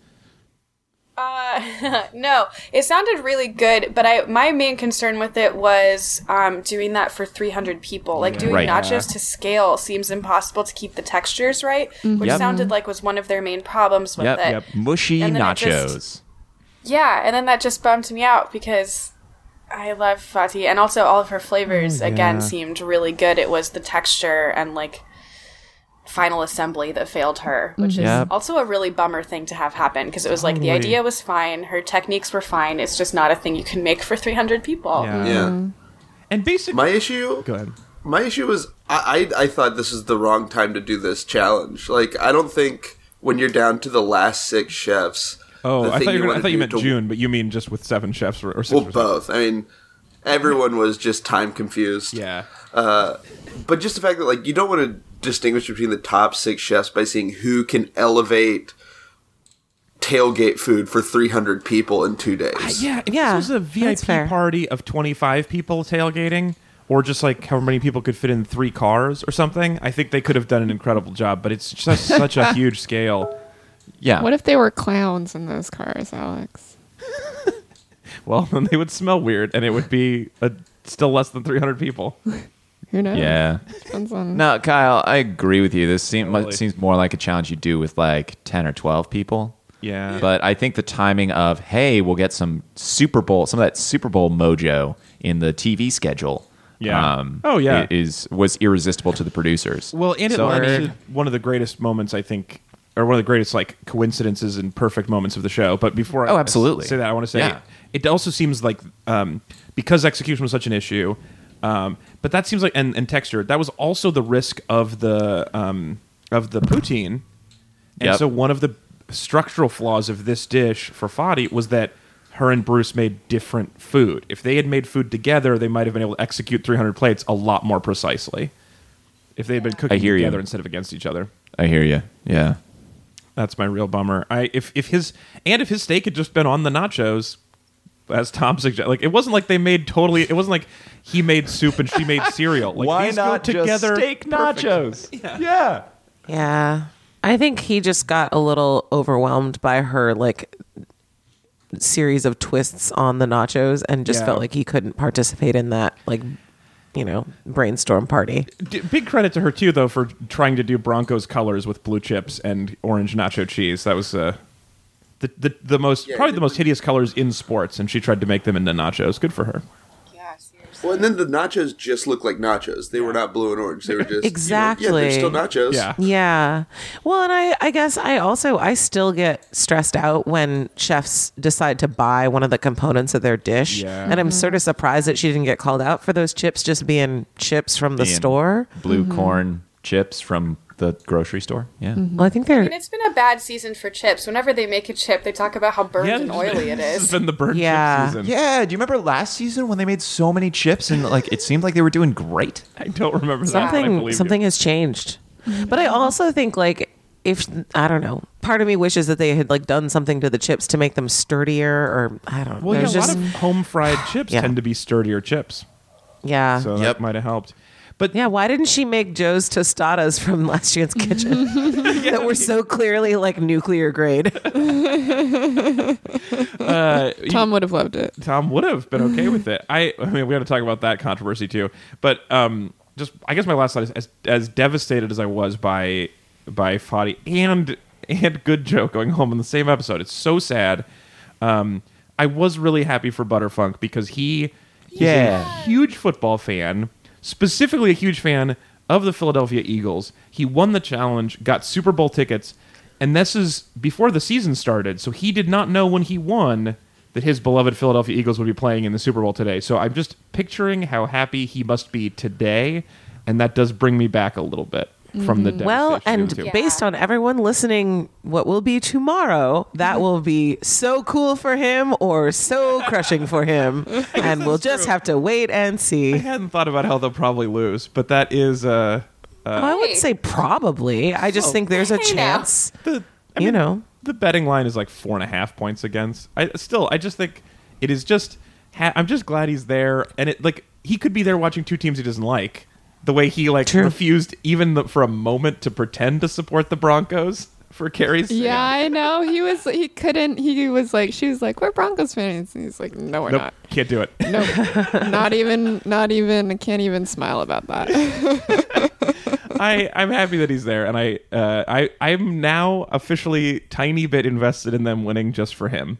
Speaker 4: Uh, no, it sounded really good, but I my main concern with it was um, doing that for 300 people. Like doing
Speaker 3: Right.
Speaker 4: nachos to scale seems impossible to keep the textures right, which
Speaker 3: Yep.
Speaker 4: sounded like was one of their main problems with
Speaker 3: Yep,
Speaker 4: it.
Speaker 3: yep. mushy
Speaker 4: And then it
Speaker 3: nachos.
Speaker 4: just- Yeah, and then that just bummed me out because I love Fati, and also all of her flavors
Speaker 1: Oh,
Speaker 4: again seemed really good. It was the texture and like final assembly that failed her, which is
Speaker 3: Yep.
Speaker 4: also a really bummer thing to have happen because it was like the
Speaker 1: Totally.
Speaker 4: idea was fine, her techniques were fine. It's just not a thing you can make for 300 people.
Speaker 5: Yeah.
Speaker 1: and basically,
Speaker 5: My issue.
Speaker 1: um, go ahead.
Speaker 5: My issue was I, I I thought this is the wrong time to do this challenge. Like I don't think when you're down to the last six chefs.
Speaker 1: Oh,
Speaker 5: the
Speaker 1: I
Speaker 5: thing
Speaker 1: thought you, were, I
Speaker 5: wanna
Speaker 1: thought you
Speaker 5: do
Speaker 1: meant
Speaker 5: to-
Speaker 1: June, but you mean just with seven chefs or, or six?
Speaker 5: Well,
Speaker 1: or seven.
Speaker 5: both. I mean, everyone was just time confused.
Speaker 1: Yeah,
Speaker 5: But just the fact that like you don't want to distinguish between the top six chefs by seeing who can elevate tailgate food for 300 people in two days.
Speaker 1: yeah. If
Speaker 6: Yeah,
Speaker 1: this was a
Speaker 6: that's
Speaker 1: VIP
Speaker 6: fair.
Speaker 1: party of twenty-five people tailgating, or just like how many people could fit in three cars or something, I think they could have done an incredible job. But it's just such a huge scale.
Speaker 3: Yeah.
Speaker 2: What if they were clowns in those cars, Alex?
Speaker 1: Well, then they would smell weird, and it would be a, still less than 300 people.
Speaker 2: Who knows?
Speaker 3: yeah.
Speaker 2: Depends on.
Speaker 3: No, Kyle, I agree with you. This seem,
Speaker 1: Totally.
Speaker 3: seems more like a challenge you do with like 10 or 12 people.
Speaker 1: Yeah.
Speaker 3: But I think the timing of, hey, we'll get some Super Bowl, some of that Super Bowl mojo in the TV schedule. um,
Speaker 1: Yeah. Oh, yeah.
Speaker 3: i- Is, was irresistible to the producers.
Speaker 1: well, and it
Speaker 3: So-
Speaker 1: launched one of the greatest moments, I think, or one of the greatest like coincidences and perfect moments of the show. But before I
Speaker 3: Oh, absolutely.
Speaker 1: say that, I want to say
Speaker 3: Yeah.
Speaker 1: it also seems like um, because execution was such an issue, um, but that seems like and, and texture that was also the risk of the um, of the poutine, and
Speaker 3: Yep.
Speaker 1: so one of the structural flaws of this dish for Fadi was that her and Bruce made different food. If they had made food together, they might have been able to execute 300 plates a lot more precisely. If they had been cooking
Speaker 3: hear you.
Speaker 1: together instead of against each other.
Speaker 3: I hear you. Yeah.
Speaker 1: That's my real bummer. I if if his and if his steak had just been on the nachos, as Tom suggested, like it wasn't like they made totally. It wasn't like he made soup and she made cereal. Like these go together perfectly.
Speaker 3: Yeah.
Speaker 6: Yeah. I think he just got a little overwhelmed by her like series of twists on the nachos and just
Speaker 1: Yeah.
Speaker 6: felt like he couldn't participate in that like you know, brainstorm party.
Speaker 1: D- big credit to her too, though, for trying to do Broncos colors with blue chips and orange nacho cheese. That was uh, the, the the most
Speaker 5: Yeah,
Speaker 1: probably
Speaker 5: it
Speaker 1: the most hideous colors in sports, and she tried to make them into nachos. Good for her.
Speaker 4: Yeah, seriously.
Speaker 5: Well, and then the nachos just looked like nachos. They were not blue and orange. They were just you know, yeah,
Speaker 6: Exactly.
Speaker 5: they're still nachos.
Speaker 1: Yeah,
Speaker 6: Yeah. Well, and I I guess I also I still get stressed out when chefs decide to buy one of the components of their dish.
Speaker 1: Yeah.
Speaker 6: And I'm sort of surprised that she didn't get called out for those chips just being chips from the
Speaker 3: Being-
Speaker 6: store.
Speaker 3: Blue corn chips from the grocery store. Yeah.
Speaker 6: Well, I think
Speaker 4: I
Speaker 6: they're
Speaker 4: mean, it's been a bad season for chips. Whenever they make a chip, they talk about how burned
Speaker 1: yeah.
Speaker 4: and oily it
Speaker 1: This has
Speaker 4: is.
Speaker 1: been the bird
Speaker 6: Yeah.
Speaker 1: chip season.
Speaker 3: Yeah, do you remember last season when they made so many chips and like it seemed like they were doing great?
Speaker 1: I don't remember that. but I
Speaker 6: something
Speaker 1: believe you.
Speaker 6: something has changed but i also think like if i don't know part of me wishes that they had like done something to the chips to make them sturdier or i don't know
Speaker 1: Well, yeah,
Speaker 6: there's
Speaker 1: a lot
Speaker 6: just
Speaker 1: of home fried chips
Speaker 6: Yeah.
Speaker 1: tend to be sturdier chips.
Speaker 6: Yeah.
Speaker 1: So
Speaker 3: Yep.
Speaker 1: that might have helped. But
Speaker 6: yeah, why didn't she make Joe's tostadas from last year's kitchen that were so clearly like nuclear grade?
Speaker 1: uh, you-
Speaker 2: Tom would have loved it.
Speaker 1: Tom would have been okay with it. I, I mean, we got to talk about that controversy too. But um, just, I guess my last thought is as, as devastated as I was by by Fadi and and Good Joe going home in the same episode. It's so sad. Um, I was really happy for Butterfunk because he is
Speaker 3: Yeah.
Speaker 1: a huge football fan, specifically a huge fan of the Philadelphia Eagles. He won the challenge, got Super Bowl tickets, and this is before the season started, so he did not know when he won that his beloved Philadelphia Eagles would be playing in the Super Bowl today. So I'm just picturing how happy he must be today, and that does bring me back a little bit from the
Speaker 6: Mm-hmm. Well,
Speaker 1: devastation
Speaker 6: and
Speaker 1: of the two.
Speaker 6: based on everyone listening, what will be tomorrow, that will be so cool for him or so crushing for him. And we'll just have to wait and
Speaker 1: I
Speaker 6: see.
Speaker 1: hadn't thought about how they'll probably lose, but that is uh,
Speaker 6: Well, I would
Speaker 4: Hey.
Speaker 6: say probably. I just think there's a
Speaker 4: Hey, now.
Speaker 6: chance.
Speaker 1: the I
Speaker 6: You
Speaker 1: mean,
Speaker 6: know.
Speaker 1: the betting line is like four and a half points against. I still I just think it is just ha- I'm just glad he's there and it like he could be there watching two teams he doesn't like. The way he like
Speaker 6: True.
Speaker 1: refused even the, for a moment to pretend to support the Broncos for Carrie's sake.
Speaker 2: Yeah, I know. He was. He couldn't. He was like. She was like, "We're Broncos fans," and he's like, "No, we're
Speaker 1: Nope,
Speaker 2: not.
Speaker 1: can't do it.
Speaker 2: No, not even. Not even. I can't even smile about that."
Speaker 1: I I'm happy that he's there, and I uh, I I'm now officially tiny bit invested in them winning just for him.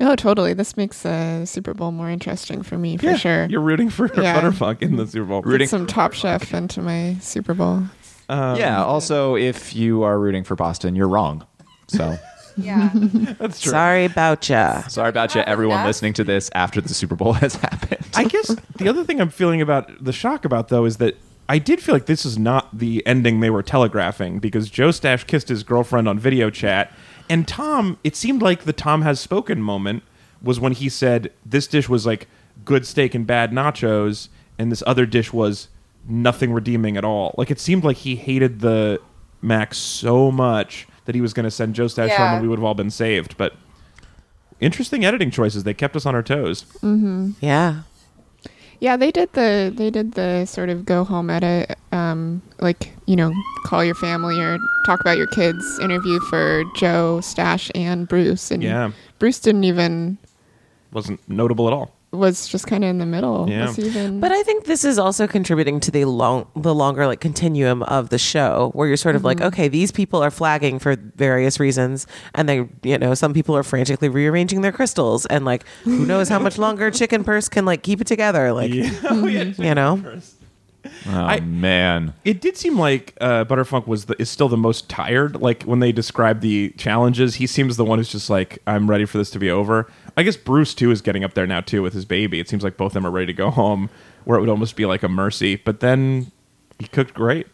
Speaker 2: no, totally. This makes uh, Super Bowl more interesting for me, for
Speaker 1: Yeah,
Speaker 2: sure.
Speaker 1: you're rooting for
Speaker 2: Yeah.
Speaker 1: Butterfunk in the Super Bowl.
Speaker 2: Put some Top Chef into my Super Bowl.
Speaker 3: yeah. Also, if you are rooting for Boston, you're wrong. So
Speaker 4: Yeah.
Speaker 1: That's true.
Speaker 6: Sorry about ya.
Speaker 3: sorry about you,
Speaker 4: Have
Speaker 3: everyone
Speaker 4: enough?
Speaker 3: listening to this after the Super Bowl has happened.
Speaker 1: I guess the other thing I'm feeling about the shock about though is that I did feel like this is not the ending they were telegraphing because Joe Stash kissed his girlfriend on video chat, and Tom. It seemed like the Tom has spoken moment was when he said this dish was like good steak and bad nachos, and this other dish was nothing redeeming at all. Like it seemed like he hated the Mac so much that he was going to send Joe Stash home
Speaker 4: Yeah.
Speaker 1: and we would have all been saved, but. Interesting editing choices. They kept us on our toes.
Speaker 6: Yeah.
Speaker 2: Yeah, they did the they did the sort of go home edit, um, like you know, call your family or talk about your kids interview for Joe Stash and Bruce, and
Speaker 1: Yeah.
Speaker 2: Bruce didn't even
Speaker 1: Wasn't notable at all.
Speaker 2: was just kind of in the middle.
Speaker 1: Yeah.
Speaker 2: Was he even,
Speaker 6: But I think this is also contributing to the long, the longer like continuum of the show, where you're sort of
Speaker 4: Mm-hmm.
Speaker 6: like, okay, these people are flagging for various reasons, and they, you know, some people are frantically rearranging their crystals, and like, who knows how much longer Chicken Purse can like keep it together, like,
Speaker 1: Oh, yeah,
Speaker 6: you know,
Speaker 3: Oh
Speaker 1: I-
Speaker 3: man.
Speaker 1: It did seem like uh, Butterfunk was the, is still the most tired. Like when they describe the challenges, he seems the one who's just like, "I'm ready for this to be over." I guess Bruce too is getting up there now too with his baby. It seems like both of them are ready to go home, where it would almost be like a mercy. But then he cooked great.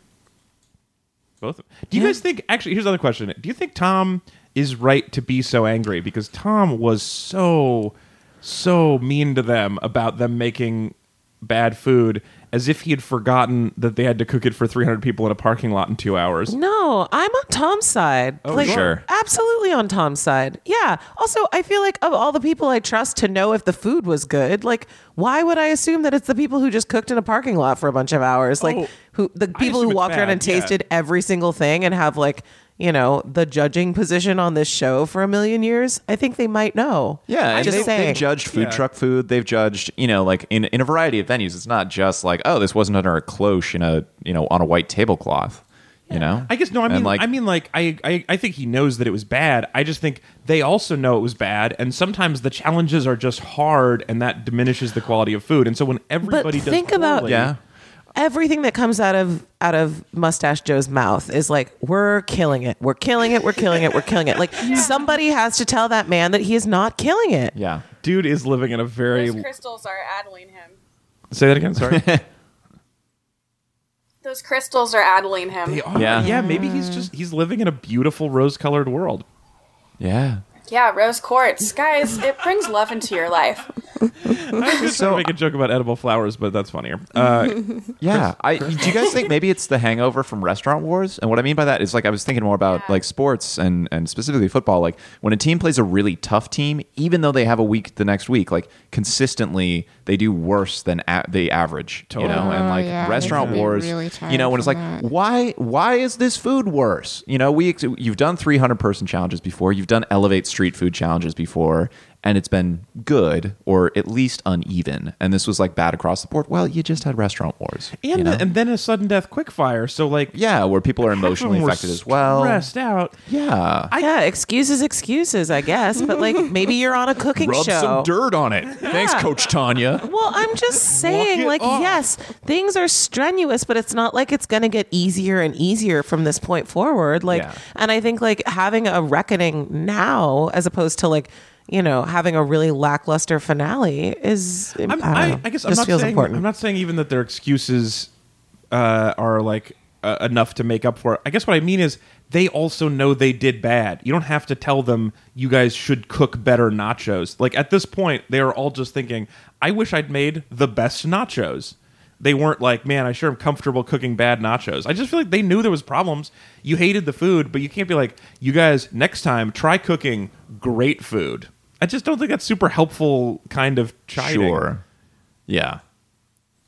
Speaker 1: Both. Of them. Do you guys think? Actually, here's another question. Do you think Tom is right to be so angry because Tom was so so mean to them about them making bad food as if he had forgotten that they had to cook it for 300 people in a parking lot in two hours.
Speaker 6: No, I'm on Tom's side. Oh,
Speaker 3: you are?
Speaker 6: Absolutely on Tom's side. Yeah. Also, I feel like of all the people I trust to know if the food was good, like, why would I assume that it's the people who just cooked in a parking lot for a bunch of hours? Like,
Speaker 1: Oh,
Speaker 6: who the
Speaker 1: I
Speaker 6: people
Speaker 1: assume
Speaker 6: who
Speaker 1: it's
Speaker 6: walked around
Speaker 1: bad,
Speaker 6: and
Speaker 1: yeah.
Speaker 6: tasted every single thing and have, like, you know, the judging position on this show for a million years? I think they might know.
Speaker 3: Yeah,
Speaker 6: I'm
Speaker 3: and
Speaker 6: just
Speaker 3: they,
Speaker 6: saying.
Speaker 3: they've judged food
Speaker 1: Yeah.
Speaker 3: truck food. They've judged, you know, like in, in a variety of venues. It's not just like, oh, this wasn't under a cloche in a you know on a white tablecloth. You know,
Speaker 1: I guess no. I
Speaker 3: And,
Speaker 1: mean, I mean, like, I, I, I think he knows that it was bad. I just think they also know it was bad, and sometimes the challenges are just hard, and that diminishes the quality of food. And so when everybody does
Speaker 6: think about-
Speaker 1: poorly-
Speaker 3: yeah,
Speaker 6: everything that comes out of out of mustache joe's mouth is like we're killing it we're killing it we're killing it we're killing it like somebody has to tell that man that he is not killing it
Speaker 3: yeah.
Speaker 1: dude is living in a very.
Speaker 4: Those crystals are addling him.
Speaker 1: Say that again. Sorry.
Speaker 4: Those crystals are addling him.
Speaker 1: They are-
Speaker 3: Yeah.
Speaker 1: yeah. Maybe he's just he's living in a beautiful rose-colored world.
Speaker 3: Yeah.
Speaker 4: Yeah, rose quartz. Guys, it brings love into your life.
Speaker 1: I was just trying to make a joke about edible flowers, but that's funnier. Uh,
Speaker 3: Yeah, I, do you guys think maybe it's the hangover from Restaurant Wars? And what I mean by that is like I was thinking more about like sports and and specifically football. Like when a team plays a really tough team, even though they have a week the next week, like consistently they do worse than a- the average. You know, and
Speaker 2: Oh,
Speaker 3: like
Speaker 2: yeah, they
Speaker 3: Restaurant
Speaker 2: can be
Speaker 3: Wars,
Speaker 2: really
Speaker 3: you know, when it's like
Speaker 2: tired from that.
Speaker 3: why why is this food worse? You know, we ex- you've done 300 person challenges before, you've done Elevate Street Food challenges before. And it's been good or at least uneven. And this was like bad across the board. Well, you just had restaurant wars.
Speaker 1: and
Speaker 3: you know?
Speaker 1: and then a sudden death quickfire. So like,
Speaker 3: yeah, where people are
Speaker 1: half of
Speaker 3: emotionally
Speaker 1: them were
Speaker 3: affected as well.
Speaker 1: Stressed out.
Speaker 3: Yeah,
Speaker 6: yeah, excuses, excuses, I guess. But like maybe you're on a cooking show.
Speaker 3: dirt on it. Thanks, Coach Tanya.
Speaker 6: Well, I'm just saying,
Speaker 1: it
Speaker 6: like,
Speaker 1: off.
Speaker 6: yes, things are strenuous, but it's not like it's going to get easier and easier from this point forward. Like,
Speaker 3: Yeah.
Speaker 6: and I think like having a reckoning now, as opposed to like, you know, having a really lackluster finale is. I'm, I,
Speaker 1: I'm,
Speaker 6: don't
Speaker 1: I,
Speaker 6: know,
Speaker 1: I guess I'm
Speaker 6: just
Speaker 1: not
Speaker 6: feels
Speaker 1: saying
Speaker 6: important.
Speaker 1: I'm not saying even that their excuses uh, are like uh, enough to make up for it. I guess what I mean is they also know they did bad. You don't have to tell them you guys should cook better nachos. Like at this point, they are all just thinking, "I wish I'd made the best nachos." They weren't like, "Man, I sure am comfortable cooking bad nachos." I just feel like they knew there was problems. You hated the food, but you can't be like, "You guys, next time, try cooking great food." I just don't think that's super helpful kind of chiding.
Speaker 3: Sure. Yeah.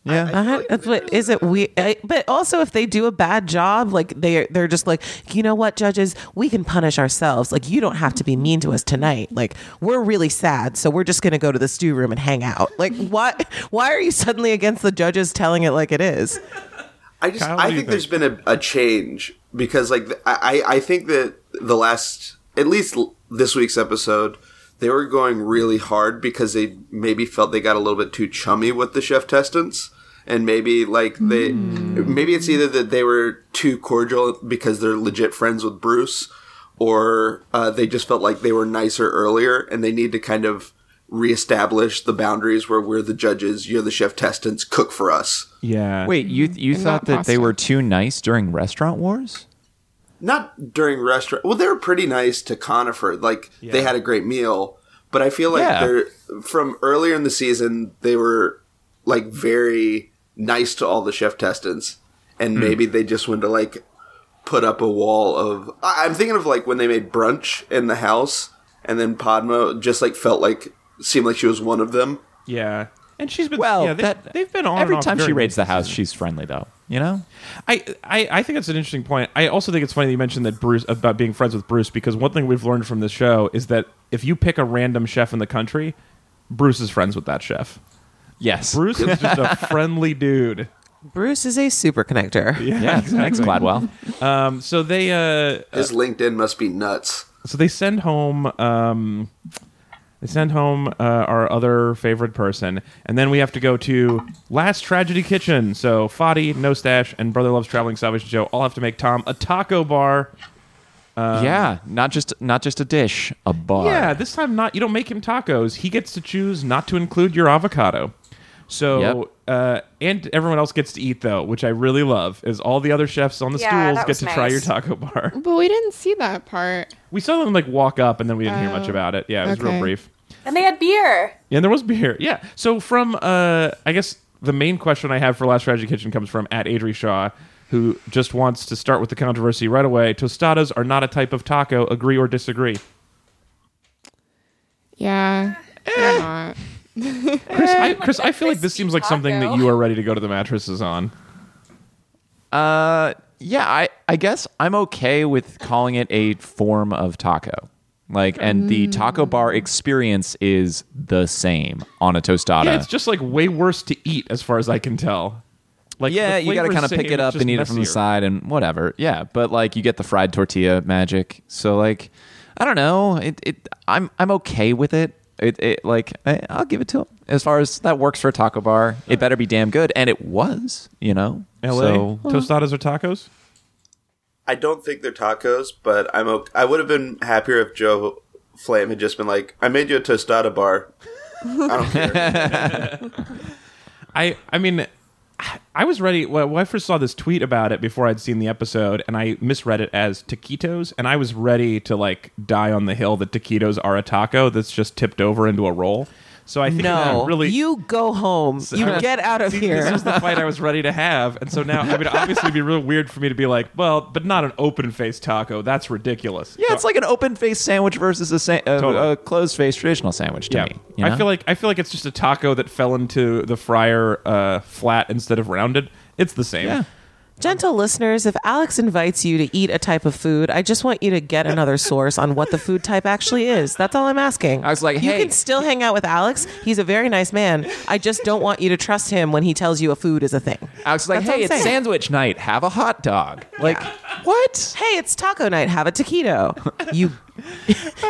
Speaker 3: Yeah.
Speaker 6: I had- that's what is it we I, but also if they do a bad job like they they're just like you know what judges we can punish ourselves like you don't have to be mean to us tonight like we're really sad so we're just going to go to the stew room and hang out like what why are you suddenly against the judges telling it like it is
Speaker 5: I just
Speaker 1: Kyle, what
Speaker 5: I
Speaker 1: do you
Speaker 5: think, there's been a, a change because like th- I I I think that the last at least l- this week's episode they were going really hard because they maybe felt they got a little bit too chummy with the chef testants and maybe like they
Speaker 1: Hmm.
Speaker 5: maybe it's either that they were too cordial because they're legit friends with Bruce or uh, they just felt like they were nicer earlier and they need to kind of reestablish the boundaries where we're the judges you're the chef testants cook for us
Speaker 1: Yeah.
Speaker 3: Wait, you you
Speaker 2: And
Speaker 3: thought
Speaker 2: not
Speaker 3: that they
Speaker 2: pasta.
Speaker 3: were too nice during restaurant wars?
Speaker 5: not during restaurant. Well, they were pretty nice to Conifer. Like they had a great meal, but I feel like
Speaker 3: Yeah.
Speaker 5: they're from earlier in the season they were like very nice to all the chef testants, and maybe they just wanted to like put up a wall of. I- I'm thinking of like when they made brunch in the house, and then Padma just like felt like seemed like she was one of them.
Speaker 1: Yeah, and she's been
Speaker 3: Well,
Speaker 1: Yeah, they,
Speaker 3: that-
Speaker 1: they've been on
Speaker 3: Every
Speaker 1: and off
Speaker 3: time she
Speaker 1: during
Speaker 3: raids the
Speaker 1: this
Speaker 3: house,
Speaker 1: season.
Speaker 3: she's friendly though. You know.
Speaker 1: I, I I think that's an interesting point. I also think it's funny that you mentioned that Bruce about being friends with Bruce because one thing we've learned from this show is that if you pick a random chef in the country, Bruce is friends with that chef.
Speaker 3: Yes.
Speaker 1: Bruce is just a friendly dude.
Speaker 6: bruce is a super connector
Speaker 3: Yeah. Thanks, Gladwell.
Speaker 1: Um, so they uh,
Speaker 5: His LinkedIn must be nuts.
Speaker 1: so they send home um, they send home uh, our other favorite person and then we have to go to last tragedy kitchen so fadi no stash and brother loves traveling salvation joe all have to make tom a taco bar
Speaker 3: yeah. Not just not just a dish, a bar.
Speaker 1: Um, yeah this time not you don't make him tacos he gets to choose not to include your avocado so uh, and everyone else gets to eat though which i really love is all the other chefs on the
Speaker 4: Yeah,
Speaker 1: stools
Speaker 4: that
Speaker 1: get
Speaker 4: was
Speaker 1: to try
Speaker 4: nice.
Speaker 1: your taco bar
Speaker 2: But we didn't see that part.
Speaker 1: we saw them like walk up and then we didn't hear
Speaker 4: Uh,
Speaker 2: Oh,
Speaker 1: much about it yeah it was real
Speaker 2: okay.
Speaker 1: brief
Speaker 4: And they had beer.
Speaker 1: Yeah, and there was beer. Yeah. So from uh I guess the main question I have for Last Tragedy Kitchen comes from at Adri Shaw, who just wants to start with the controversy right away. Tostadas are not a type of taco. Agree or disagree?
Speaker 2: Yeah, they're not.
Speaker 1: Chris, I, Chris, I feel like this
Speaker 4: crispy
Speaker 1: seems like something that
Speaker 4: taco.
Speaker 1: you are ready to go to the mattresses on.
Speaker 3: Uh, yeah, I, I guess I'm okay with calling it a form of taco. Like, and the taco bar experience is the same on a tostada.
Speaker 1: Yeah, it's just like way worse to eat as far as I can tell. Like
Speaker 3: Yeah,
Speaker 1: the
Speaker 3: you got to
Speaker 1: flavor's
Speaker 3: kind of
Speaker 1: same,
Speaker 3: pick it
Speaker 1: it's
Speaker 3: up
Speaker 1: just
Speaker 3: and eat it from the
Speaker 1: messier.
Speaker 3: side and whatever. Yeah, but like you get the fried tortilla magic. So like, I don't know. It, it I'm I'm okay with it. It, it like I, I'll give it to him as far as that works for a taco bar. It better be damn good, and it was. You know,
Speaker 1: LA
Speaker 3: So,
Speaker 1: tostadas or tacos?
Speaker 5: I don't think they're tacos, but I'm okay. I would have been happier if Joe Flame had just been like, "I made you a tostada bar." I don't care.
Speaker 1: I I mean, I was ready when when I first saw this tweet about it before I'd seen the episode, and I misread it as taquitos, and I was ready to like die on the hill that taquitos are a taco that's just tipped over into a roll. So I think
Speaker 6: no,
Speaker 1: that really
Speaker 6: you go home.
Speaker 1: So
Speaker 6: you
Speaker 1: I was-
Speaker 6: get out of
Speaker 1: see,
Speaker 6: here.
Speaker 1: This was the fight I was ready to have, and so now I mean, obviously, it'd be real weird for me to be like, well, but not an open faced taco. That's ridiculous.
Speaker 3: Yeah,
Speaker 1: So-
Speaker 3: it's like an open faced sandwich versus a, sa- a,
Speaker 1: Totally.
Speaker 3: a closed faced traditional sandwich to
Speaker 1: yeah.
Speaker 3: me. you know?
Speaker 1: I feel like I feel like it's just a taco that fell into the fryer uh, flat instead of rounded. It's the same.
Speaker 3: yeah.
Speaker 6: Gentle listeners, if Alex invites you to eat a type of food, I just want you to get another source on what the food type actually is. That's all I'm asking.
Speaker 3: I was like,
Speaker 6: you
Speaker 3: hey.
Speaker 6: can still hang out with Alex. He's a very nice man. I just don't want you to trust him when he tells you a food is a thing.
Speaker 3: Alex is like,
Speaker 6: That's what
Speaker 3: hey,
Speaker 6: I'm
Speaker 3: it's
Speaker 6: saying.
Speaker 3: sandwich night. Have a hot dog. Like, what?
Speaker 6: Hey, it's taco night. Have a taquito. You,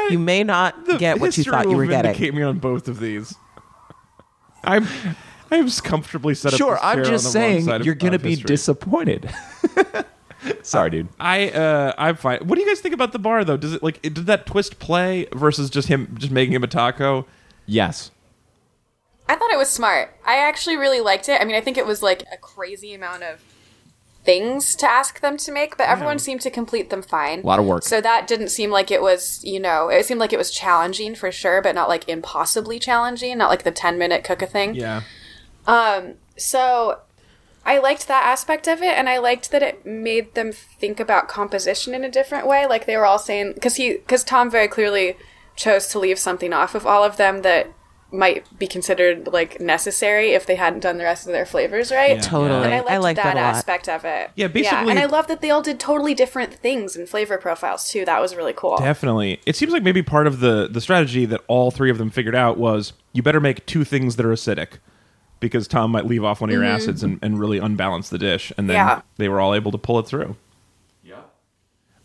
Speaker 6: you may not get what you
Speaker 1: History
Speaker 6: thought you
Speaker 1: will
Speaker 6: were getting.
Speaker 1: vindicate me on both of these. I'm I am comfortably set up.
Speaker 3: Sure,
Speaker 1: this
Speaker 3: I'm
Speaker 1: chair
Speaker 3: just
Speaker 1: on the wrong
Speaker 3: saying
Speaker 1: side of-
Speaker 3: you're going to
Speaker 1: of
Speaker 3: be
Speaker 1: history.
Speaker 3: disappointed. Sorry, dude.
Speaker 1: I uh, I'm fine. What do you guys think about the bar though? Does it like it- did that twist play versus just him just making him a taco?
Speaker 3: Yes.
Speaker 4: I thought it was smart. I actually really liked it. I mean, I think it was like a crazy amount of things to ask them to make, but everyone seemed to complete them fine. A
Speaker 3: Lot of work.
Speaker 4: So that didn't seem like it was, you know, it seemed like it was challenging for sure, but not like impossibly challenging, not like the 10 minute cook a thing.
Speaker 1: Yeah.
Speaker 4: So I liked that aspect of it, and I liked that it made them think about composition in a different way. Like they were all saying, because he, because Tom very clearly chose to leave something off of all of them that might be considered like necessary if they hadn't done the rest of their flavors right.
Speaker 6: Totally.
Speaker 4: And I
Speaker 6: I
Speaker 4: liked
Speaker 6: like
Speaker 4: that,
Speaker 6: that a lot.
Speaker 4: aspect of it.
Speaker 1: Yeah, basically-
Speaker 4: and I love that they all did totally different things in flavor profiles too. That was really cool.
Speaker 1: Definitely. It seems like maybe part of the the strategy that all three of them figured out was you better make two things that are acidic because Tom might leave off one of your acids and, and really unbalance the dish and then
Speaker 4: Yeah.
Speaker 1: they were all able to pull it through. Yeah.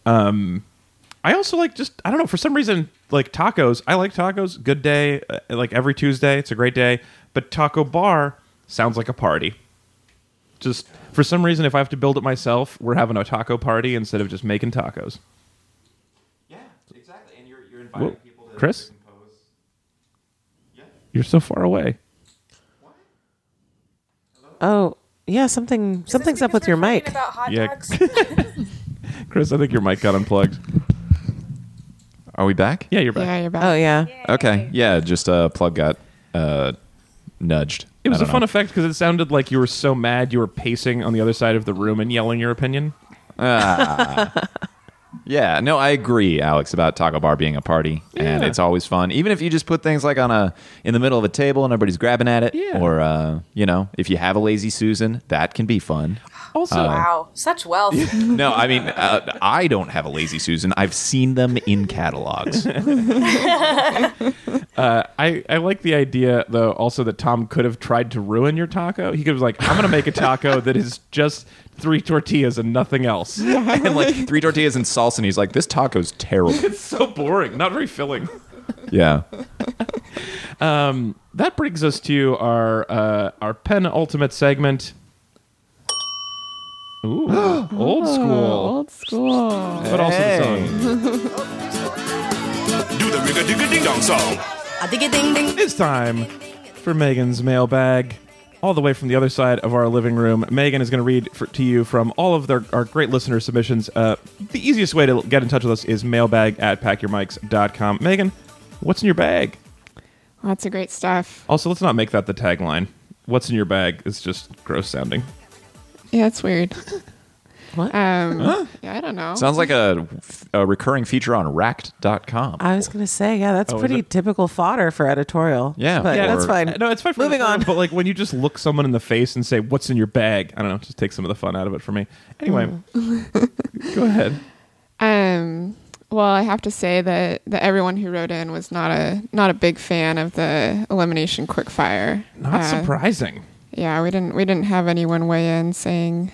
Speaker 1: Um I also like just I don't know for some reason like tacos. I like tacos. Good day uh, like every Tuesday. It's a great day, but taco bar sounds like a party. Just for some reason if I have to build it myself, we're having a taco party instead of just making tacos.
Speaker 3: Yeah, exactly. And you're, you're
Speaker 1: inviting Whoa. people to Chris? You're so far away.
Speaker 6: Oh, yeah, something something's up with your mic.
Speaker 1: Yeah. dogs? Chris, I think your mic got unplugged.
Speaker 3: Are we back?
Speaker 1: Yeah, you're back.
Speaker 2: Yeah, you're back.
Speaker 6: Oh yeah.
Speaker 3: Okay. Yeah, just uh, plug got uh, nudged.
Speaker 1: It was
Speaker 3: I
Speaker 1: a
Speaker 3: don't
Speaker 1: fun
Speaker 3: know.
Speaker 1: effect because it sounded like you were so mad you were pacing on the other side of the room and yelling your opinion.
Speaker 3: Yeah, no, I agree, Alex, about Taco Bar being a party, and
Speaker 1: Yeah.
Speaker 3: it's always fun. Even if you just put things like on a in the middle of a table and everybody's grabbing at it,
Speaker 1: Yeah.
Speaker 3: or uh, you know, if you have a lazy Susan, that can be fun.
Speaker 1: Also,
Speaker 4: Wow, such wealth.
Speaker 3: No, I mean, uh, I don't have a lazy Susan. I've seen them in catalogs.
Speaker 1: I, I like the idea though also that Tom could have tried to ruin your taco. He could have like, I'm gonna make a taco that is just three tortillas and nothing else.
Speaker 3: and like three tortillas and salsa, and he's like, "This taco's terrible."
Speaker 1: It's so boring, not very filling.
Speaker 3: Yeah,
Speaker 1: That brings us to our uh, our penultimate segment. Ooh, old school.
Speaker 2: Old school.
Speaker 1: but also
Speaker 3: Hey.
Speaker 1: the song.
Speaker 7: Do the rigga digga ding dong song.
Speaker 1: It's time for Megan's mailbag. All the way from the other side of our living room, Megan is going to read for, to you from all of their, our great listener submissions. Uh, the easiest way to get in touch with us is mailbag at packyourmics.com. Megan, what's in your bag?
Speaker 6: Oh.
Speaker 2: Lots of great stuff.
Speaker 1: Also, let's not make that the tagline. What's in your bag is just gross sounding.
Speaker 2: Yeah, it's weird.
Speaker 6: What?
Speaker 2: Um, yeah, I don't know.
Speaker 3: sounds like a, a recurring feature on Racked.com.
Speaker 6: I was gonna say, yeah, that's
Speaker 1: is
Speaker 6: pretty
Speaker 1: it?
Speaker 6: typical fodder for editorial.
Speaker 3: Oh, Yeah,
Speaker 6: but
Speaker 3: Yeah.
Speaker 6: that's
Speaker 3: or-
Speaker 6: fine.
Speaker 1: No, it's fine. For
Speaker 6: Moving
Speaker 1: the fun,
Speaker 6: on.
Speaker 1: But like when you just look someone in the face and say, "What's in your bag?" I don't know. Just take some of the fun out of it for me. Anyway,
Speaker 6: Mm.
Speaker 1: go ahead.
Speaker 2: Um, well, I have to say that, that everyone who wrote in was not a not a big fan of the elimination quickfire.
Speaker 1: Not
Speaker 2: Uh,
Speaker 1: surprising.
Speaker 2: Yeah, we didn't we didn't have anyone weigh in saying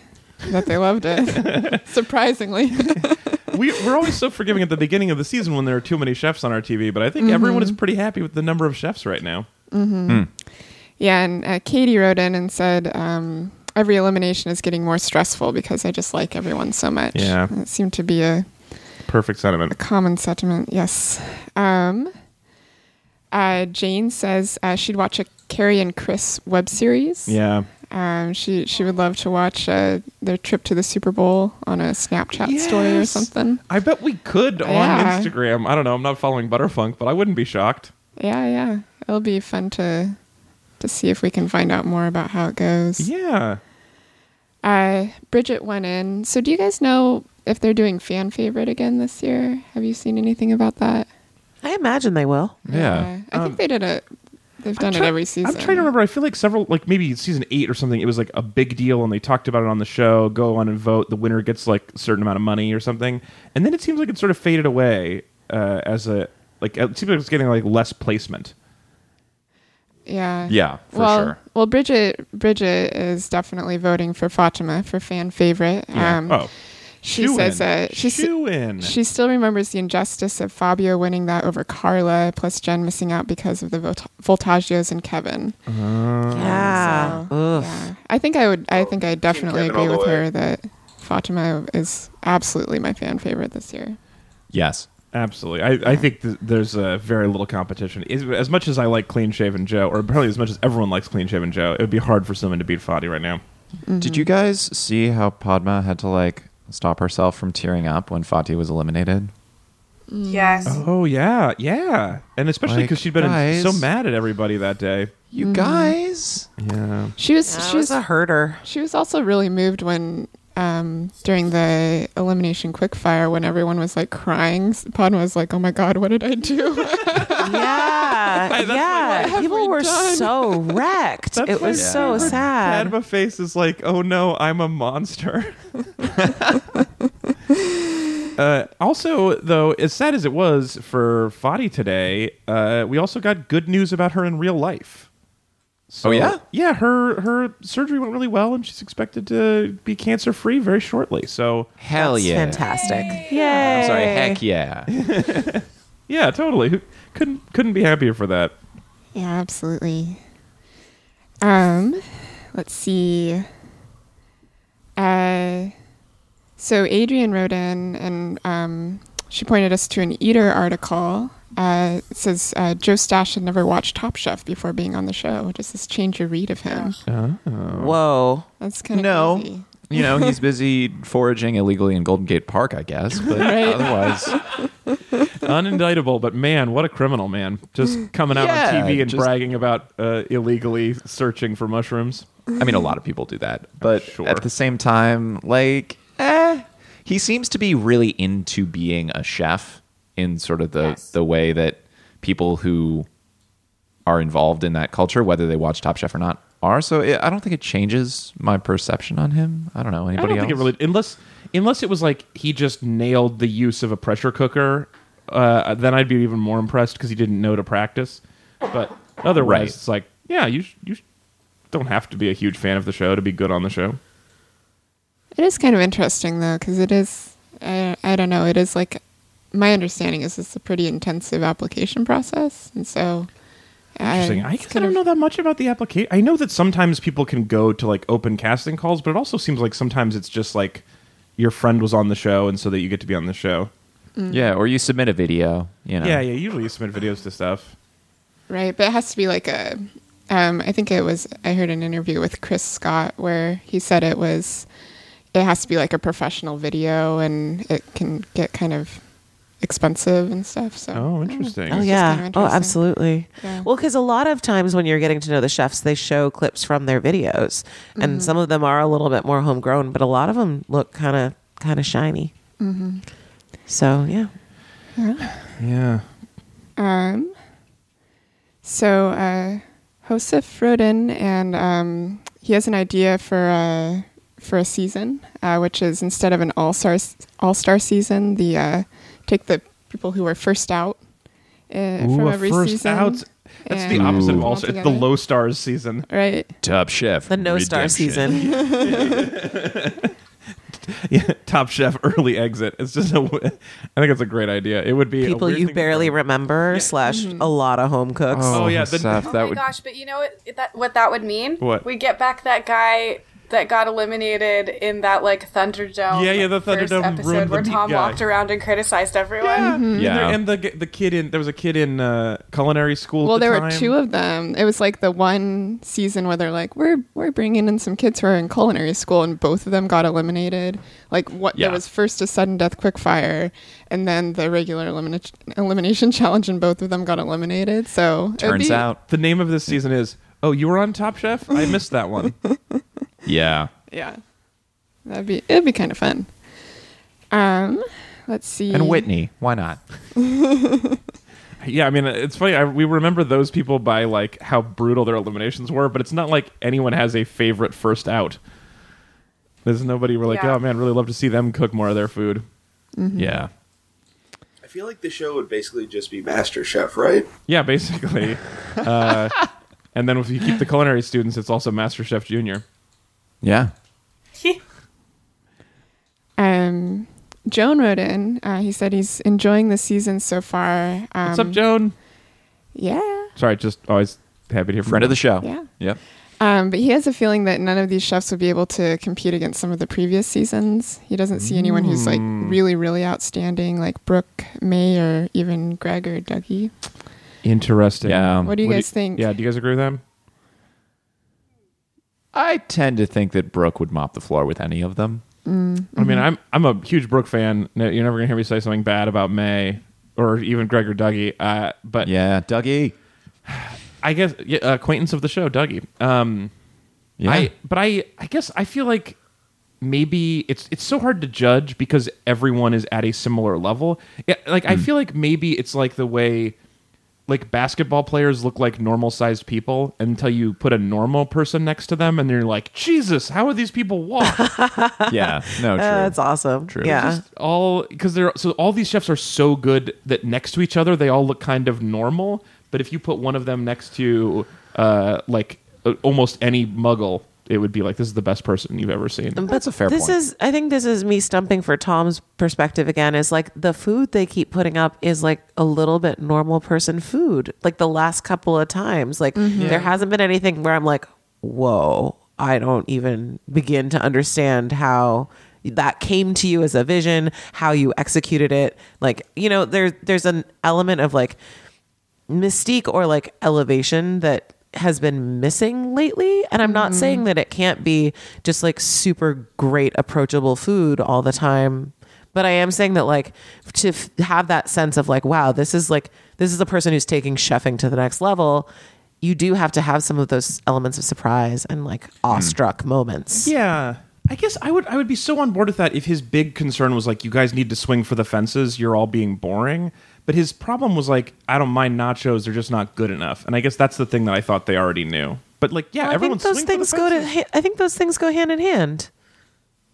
Speaker 2: that they loved it. Surprisingly,
Speaker 1: we, we're always so forgiving at the beginning of the season when there are too many chefs on our TV, but I think everyone is pretty happy with the number of chefs right now.
Speaker 2: yeah. And uh, Katie wrote in and said um, every elimination is getting more stressful because I just like everyone so much.
Speaker 1: Yeah.
Speaker 2: it seemed to be a
Speaker 1: Perfect sentiment.
Speaker 2: common sentiment. Yes. Um, uh, Jane says uh, she'd watch a Carrie and Chris web series.
Speaker 1: Yeah.
Speaker 2: Um, she she would love to watch uh, their trip to the Super Bowl on a Snapchat story or
Speaker 1: Yes.
Speaker 2: something.
Speaker 1: I bet we could on
Speaker 2: Yeah.
Speaker 1: Instagram. I don't know. I'm not following Butterfunk, but I wouldn't be shocked.
Speaker 2: Yeah, yeah. it'll be fun to to see if we can find out more about how it goes.
Speaker 1: Yeah.
Speaker 2: Uh, Bridget went in. So do you guys know if they're doing fan favorite again this year? Have you seen anything about that?
Speaker 6: I imagine they will.
Speaker 3: Yeah.
Speaker 2: I think they did it. They've done
Speaker 1: Um, try-
Speaker 2: it every season.
Speaker 1: I'm trying to remember. I feel like several, like maybe season eight or something, it was like a big deal and they talked about it on the show. Go on and vote. The winner gets like a certain amount of money or something. And then it seems like it sort of faded away uh, as a, like, it seems like it's getting like less placement.
Speaker 2: Yeah.
Speaker 3: Yeah, for
Speaker 2: well,
Speaker 3: sure.
Speaker 2: Well, Bridget, Bridget is definitely voting for Fatima for fan favorite. Um,
Speaker 1: oh.
Speaker 2: she says that she s-
Speaker 1: Shoe in.
Speaker 2: she still remembers the injustice of Fabio winning that over Carla, plus Jen missing out because of the Volt- Voltagios and Kevin.
Speaker 6: yeah. Ugh.
Speaker 2: Yeah. I think I would. I think I definitely
Speaker 5: Kevin all
Speaker 2: agree
Speaker 5: the
Speaker 2: with
Speaker 5: way.
Speaker 2: her that Fatima is absolutely my fan favorite this year.
Speaker 3: Yes.
Speaker 1: Absolutely. I, I think th- there's uh, very little competition. As, as much as I like Clean Shaven Joe, or apparently as much as everyone likes Clean Shaven Joe, it would be hard for someone to beat Fadi right now.
Speaker 6: Mm-hmm.
Speaker 3: Did you guys see how Padma had to like stop herself from tearing up when Fati was eliminated?
Speaker 4: Yes.
Speaker 1: Oh, yeah. Yeah. And especially
Speaker 3: Like,
Speaker 1: because she'd been
Speaker 3: guys.
Speaker 1: so mad at everybody that day.
Speaker 3: You guys?
Speaker 1: Yeah.
Speaker 2: She was. she
Speaker 6: She
Speaker 2: was.
Speaker 6: was a herder.
Speaker 2: She was also really moved when um, during the elimination quickfire when everyone was like crying. Padma was like, "Oh my god, what did I do?"
Speaker 6: yeah,
Speaker 2: what
Speaker 6: yeah.
Speaker 2: have
Speaker 6: People
Speaker 2: we
Speaker 6: were
Speaker 2: done?
Speaker 6: so wrecked.
Speaker 1: That's
Speaker 6: it
Speaker 1: my
Speaker 6: was so
Speaker 1: favorite
Speaker 6: sad.
Speaker 1: Padma face is like, oh no, I'm a monster. uh, also, though, as sad as it was for Fadi today, uh, we also got good news about her in real life. So,
Speaker 3: Oh, yeah?
Speaker 1: yeah. Her her surgery went really well, and she's expected to be cancer free very shortly. So
Speaker 3: Hell
Speaker 6: That's
Speaker 3: yeah.
Speaker 6: fantastic.
Speaker 3: I'm
Speaker 6: Yay!
Speaker 3: sorry, heck yeah.
Speaker 1: yeah, totally. Who- Couldn't couldn't be happier for that.
Speaker 2: yeah, absolutely. Um, let's see. Uh, so Adrian wrote in and um, she pointed us to an Eater article. Uh, it says uh, Joe Stash had never watched Top Chef before being on the show. Does this change your read of him?
Speaker 6: Whoa.
Speaker 2: That's kind of
Speaker 3: no. You know, he's busy foraging illegally in Golden Gate Park, I guess. But otherwise,
Speaker 1: Unindictable, but man, what a criminal, man. Just coming out
Speaker 3: Mm. Yeah,
Speaker 1: on TV and
Speaker 3: just-
Speaker 1: bragging about uh, illegally searching for mushrooms.
Speaker 3: I mean, a lot of people do that. But
Speaker 1: Sure.
Speaker 3: at the same time, like, eh, he seems to be really into being a chef in sort of the, the way that people who are involved in that culture, whether they watch Top Chef or not, are. So it, I don't think it changes my perception on him. I don't know. Anybody
Speaker 1: I don't
Speaker 3: else?
Speaker 1: think it really unless unless it was like he just nailed the use of a pressure cooker. Uh, then I'd be even more impressed because he didn't know to practice. But otherwise,
Speaker 3: Right.
Speaker 1: it's like yeah, you sh- you sh- don't have to be a huge fan of the show to be good on the show.
Speaker 2: It is kind of interesting though, because it is. I, I don't know. It is like my understanding is it's a pretty intensive application process, and so. uh,
Speaker 1: Interesting. I,
Speaker 2: it's
Speaker 1: guess I
Speaker 2: kind
Speaker 1: don't
Speaker 2: of-
Speaker 1: know that much about the application. I know that sometimes people can go to like open casting calls, but it also seems like sometimes it's just like your friend was on the show, and so that you get to be on the show.
Speaker 3: Yeah, or you submit a video. You know.
Speaker 1: Mm. Yeah, yeah. Usually you submit videos to stuff.
Speaker 2: Right, but it has to be like a. Um, I think it was. I heard an interview with Chris Scott where he said it was. It has to be like a professional video, and it can get kind of expensive and stuff. So.
Speaker 1: Oh, interesting.
Speaker 6: Oh
Speaker 2: just
Speaker 6: yeah.
Speaker 2: kind of
Speaker 6: oh,
Speaker 2: interesting.
Speaker 6: absolutely.
Speaker 2: Yeah.
Speaker 6: Well, because a lot of times when you're getting to know the chefs, they show clips from their videos, and some of them are a little bit more homegrown, but a lot of them look kind of kind of shiny. So yeah.
Speaker 1: Yeah.
Speaker 2: Um, so uh, Joseph wrote in, and um, he has an idea for a for a season, uh, which is instead of an all star all star season, the uh, take the people who are first out uh, from
Speaker 1: a
Speaker 2: every
Speaker 1: first
Speaker 2: season.
Speaker 1: out. That's the
Speaker 2: and
Speaker 1: opposite of
Speaker 2: put
Speaker 1: all
Speaker 2: them
Speaker 1: stars. It's the
Speaker 2: together.
Speaker 1: low stars season.
Speaker 2: right?
Speaker 3: Top Chef.
Speaker 6: The no star
Speaker 3: Redemption.
Speaker 6: season.
Speaker 1: Yeah, Top Chef early exit. It's just a. w- I think it's a great idea. It would be a
Speaker 6: People
Speaker 1: weird
Speaker 6: you
Speaker 1: thing to
Speaker 6: barely
Speaker 1: do.
Speaker 6: remember slash a lot of home cooks.
Speaker 1: Oh, yeah, the-
Speaker 3: Seth,
Speaker 4: Oh
Speaker 3: that
Speaker 4: my
Speaker 3: would
Speaker 4: gosh! But you know what? That, what that would mean?
Speaker 1: What?
Speaker 4: We get back that guy that got eliminated in that like Thunderdome.
Speaker 1: Yeah, yeah, the
Speaker 4: first
Speaker 1: Thunderdome
Speaker 4: episode
Speaker 1: ruined
Speaker 4: where
Speaker 1: the
Speaker 4: Tom
Speaker 1: guy.
Speaker 4: walked around and criticized everyone.
Speaker 3: Yeah.
Speaker 1: And, there- and the the kid in there was a kid in uh, culinary school.
Speaker 2: Well,
Speaker 1: at the
Speaker 2: there were
Speaker 1: time.
Speaker 2: two of them. It was like the one season where they're like, we're we're bringing in some kids who are in culinary school, and both of them got eliminated. Like what?
Speaker 3: Yeah.
Speaker 2: There was first a sudden death quickfire, and then the regular elimina- elimination challenge, and both of them got eliminated. So it would
Speaker 3: Turns
Speaker 2: be-
Speaker 3: out,
Speaker 1: The name of this season is Oh, you were on Top Chef. I missed that one.
Speaker 3: yeah.
Speaker 2: yeah, that'd be it'd be kind of fun. Um, let's see.
Speaker 3: And Whitney, why not?
Speaker 1: yeah, I mean it's funny. I, we remember those people by like how brutal their eliminations were, but it's not like anyone has a favorite first out. There's nobody we're like,
Speaker 4: Yeah.
Speaker 1: oh man, really love to see them cook more of their food.
Speaker 3: Yeah.
Speaker 5: I feel like the show would basically just be Master Chef, right?
Speaker 1: Yeah, basically. uh, and then if you keep the culinary students, it's also Master Chef Junior.
Speaker 3: Yeah.
Speaker 2: Um, Joan wrote in. Uh, he said he's enjoying the season so far. Um,
Speaker 1: What's up, Joan?
Speaker 2: Yeah.
Speaker 1: Sorry, just always happy to hear from
Speaker 3: Friend
Speaker 1: you.
Speaker 3: of the show.
Speaker 2: Yeah.
Speaker 3: Yep.
Speaker 2: Um, but he has a feeling that none of these chefs would be able to compete against some of the previous seasons. He doesn't see anyone who's like really, really outstanding, like Brooke, May, or even Greg or Dougie.
Speaker 1: Interesting.
Speaker 3: Yeah.
Speaker 2: What do you
Speaker 1: What do
Speaker 2: guys think?
Speaker 1: Yeah, do you guys agree with them?
Speaker 3: I tend to think that Brooke would mop the floor with any of them.
Speaker 1: I mean,
Speaker 3: Mm-hmm.
Speaker 1: I'm I'm a huge Brooke fan. No, You're never gonna hear me say something bad about May or even Greg or Dougie. Uh, but
Speaker 3: Yeah, Dougie.
Speaker 1: I guess yeah, acquaintance of the show, Dougie. Um,
Speaker 3: Yeah.
Speaker 1: I but I I guess I feel like maybe it's it's so hard to judge because everyone is at a similar level. Yeah, like
Speaker 3: Mm.
Speaker 1: I feel like maybe it's like the way like basketball players look like normal sized people until you put a normal person next to them and you're like, Jesus, how are these people walk?
Speaker 3: yeah. No, true.
Speaker 6: Uh, it's awesome.
Speaker 3: True.
Speaker 6: Yeah.
Speaker 1: just all because they're so all these chefs are so good that next to each other they all look kind of normal but if you put one of them next to uh like uh, almost any muggle it would be like this is the best person you've ever seen
Speaker 3: That's a fair
Speaker 6: this
Speaker 3: point.
Speaker 6: is i think this is me stumping for tom's perspective again is like the food they keep putting up is like a little bit normal person food like the last couple of times like there hasn't been anything where i'm like whoa i don't even begin to understand how that came to you as a vision how you executed it like you know there there's an element of like mystique or like elevation that has been missing lately and i'm not saying that it can't be just like super great approachable food all the time but i am saying that like to f- have that sense of like wow this is like this is the person who's taking chefing to the next level you do have to have some of those elements of surprise and like awestruck moments
Speaker 1: yeah i guess i would i would be so on board with that if his big concern was like you guys need to swing for the fences you're all being boring but his problem was like i don't mind nachos they're just not good enough and i guess that's the thing that i thought they already knew but like yeah
Speaker 6: Well, I
Speaker 1: everyone's
Speaker 6: think those things go to. ha- I think those things go hand in hand.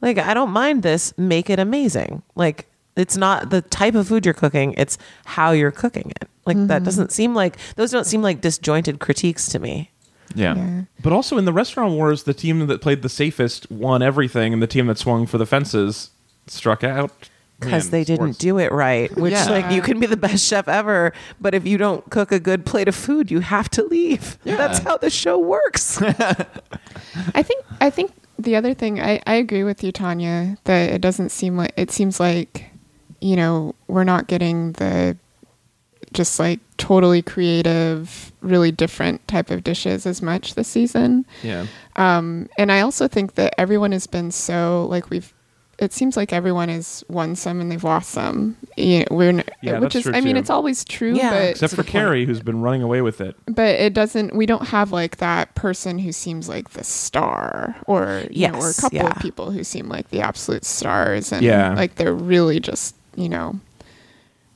Speaker 6: Like I don't mind this. Make it amazing. Like it's not the type of food you're cooking. It's how you're cooking it. Like that doesn't seem like those don't seem like disjointed critiques to me.
Speaker 3: yeah.
Speaker 1: But also in the restaurant wars, the team that played the safest won everything, and the team that swung for the fences struck out
Speaker 6: Because
Speaker 1: Man,
Speaker 6: they didn't
Speaker 1: sports.
Speaker 6: do it right, which
Speaker 3: Yeah.
Speaker 6: like you can be the best chef ever, but if you don't cook a good plate of food, you have to leave. That's how the show works.
Speaker 2: I think I think the other thing I, I agree with you, Tanya, that it doesn't seem like it seems like, you know, we're not getting the just like totally creative, really different type of dishes as much this season.
Speaker 1: Yeah,
Speaker 2: and I also think that everyone has been so like we've. It seems like everyone has won some and they've lost some. Yeah, we're n-
Speaker 1: Yeah,
Speaker 2: which
Speaker 1: that's
Speaker 2: is
Speaker 1: true,
Speaker 2: I mean
Speaker 1: too.
Speaker 2: it's always true,
Speaker 6: Yeah.
Speaker 2: but
Speaker 1: except for Carrie, who's been running away with it.
Speaker 2: but it doesn't. We don't have like that person who seems like the star, or you know, or a
Speaker 6: Yes,
Speaker 2: couple
Speaker 6: yeah.
Speaker 2: of people who seem like the absolute stars, and
Speaker 1: Yeah.
Speaker 2: like they're really just you know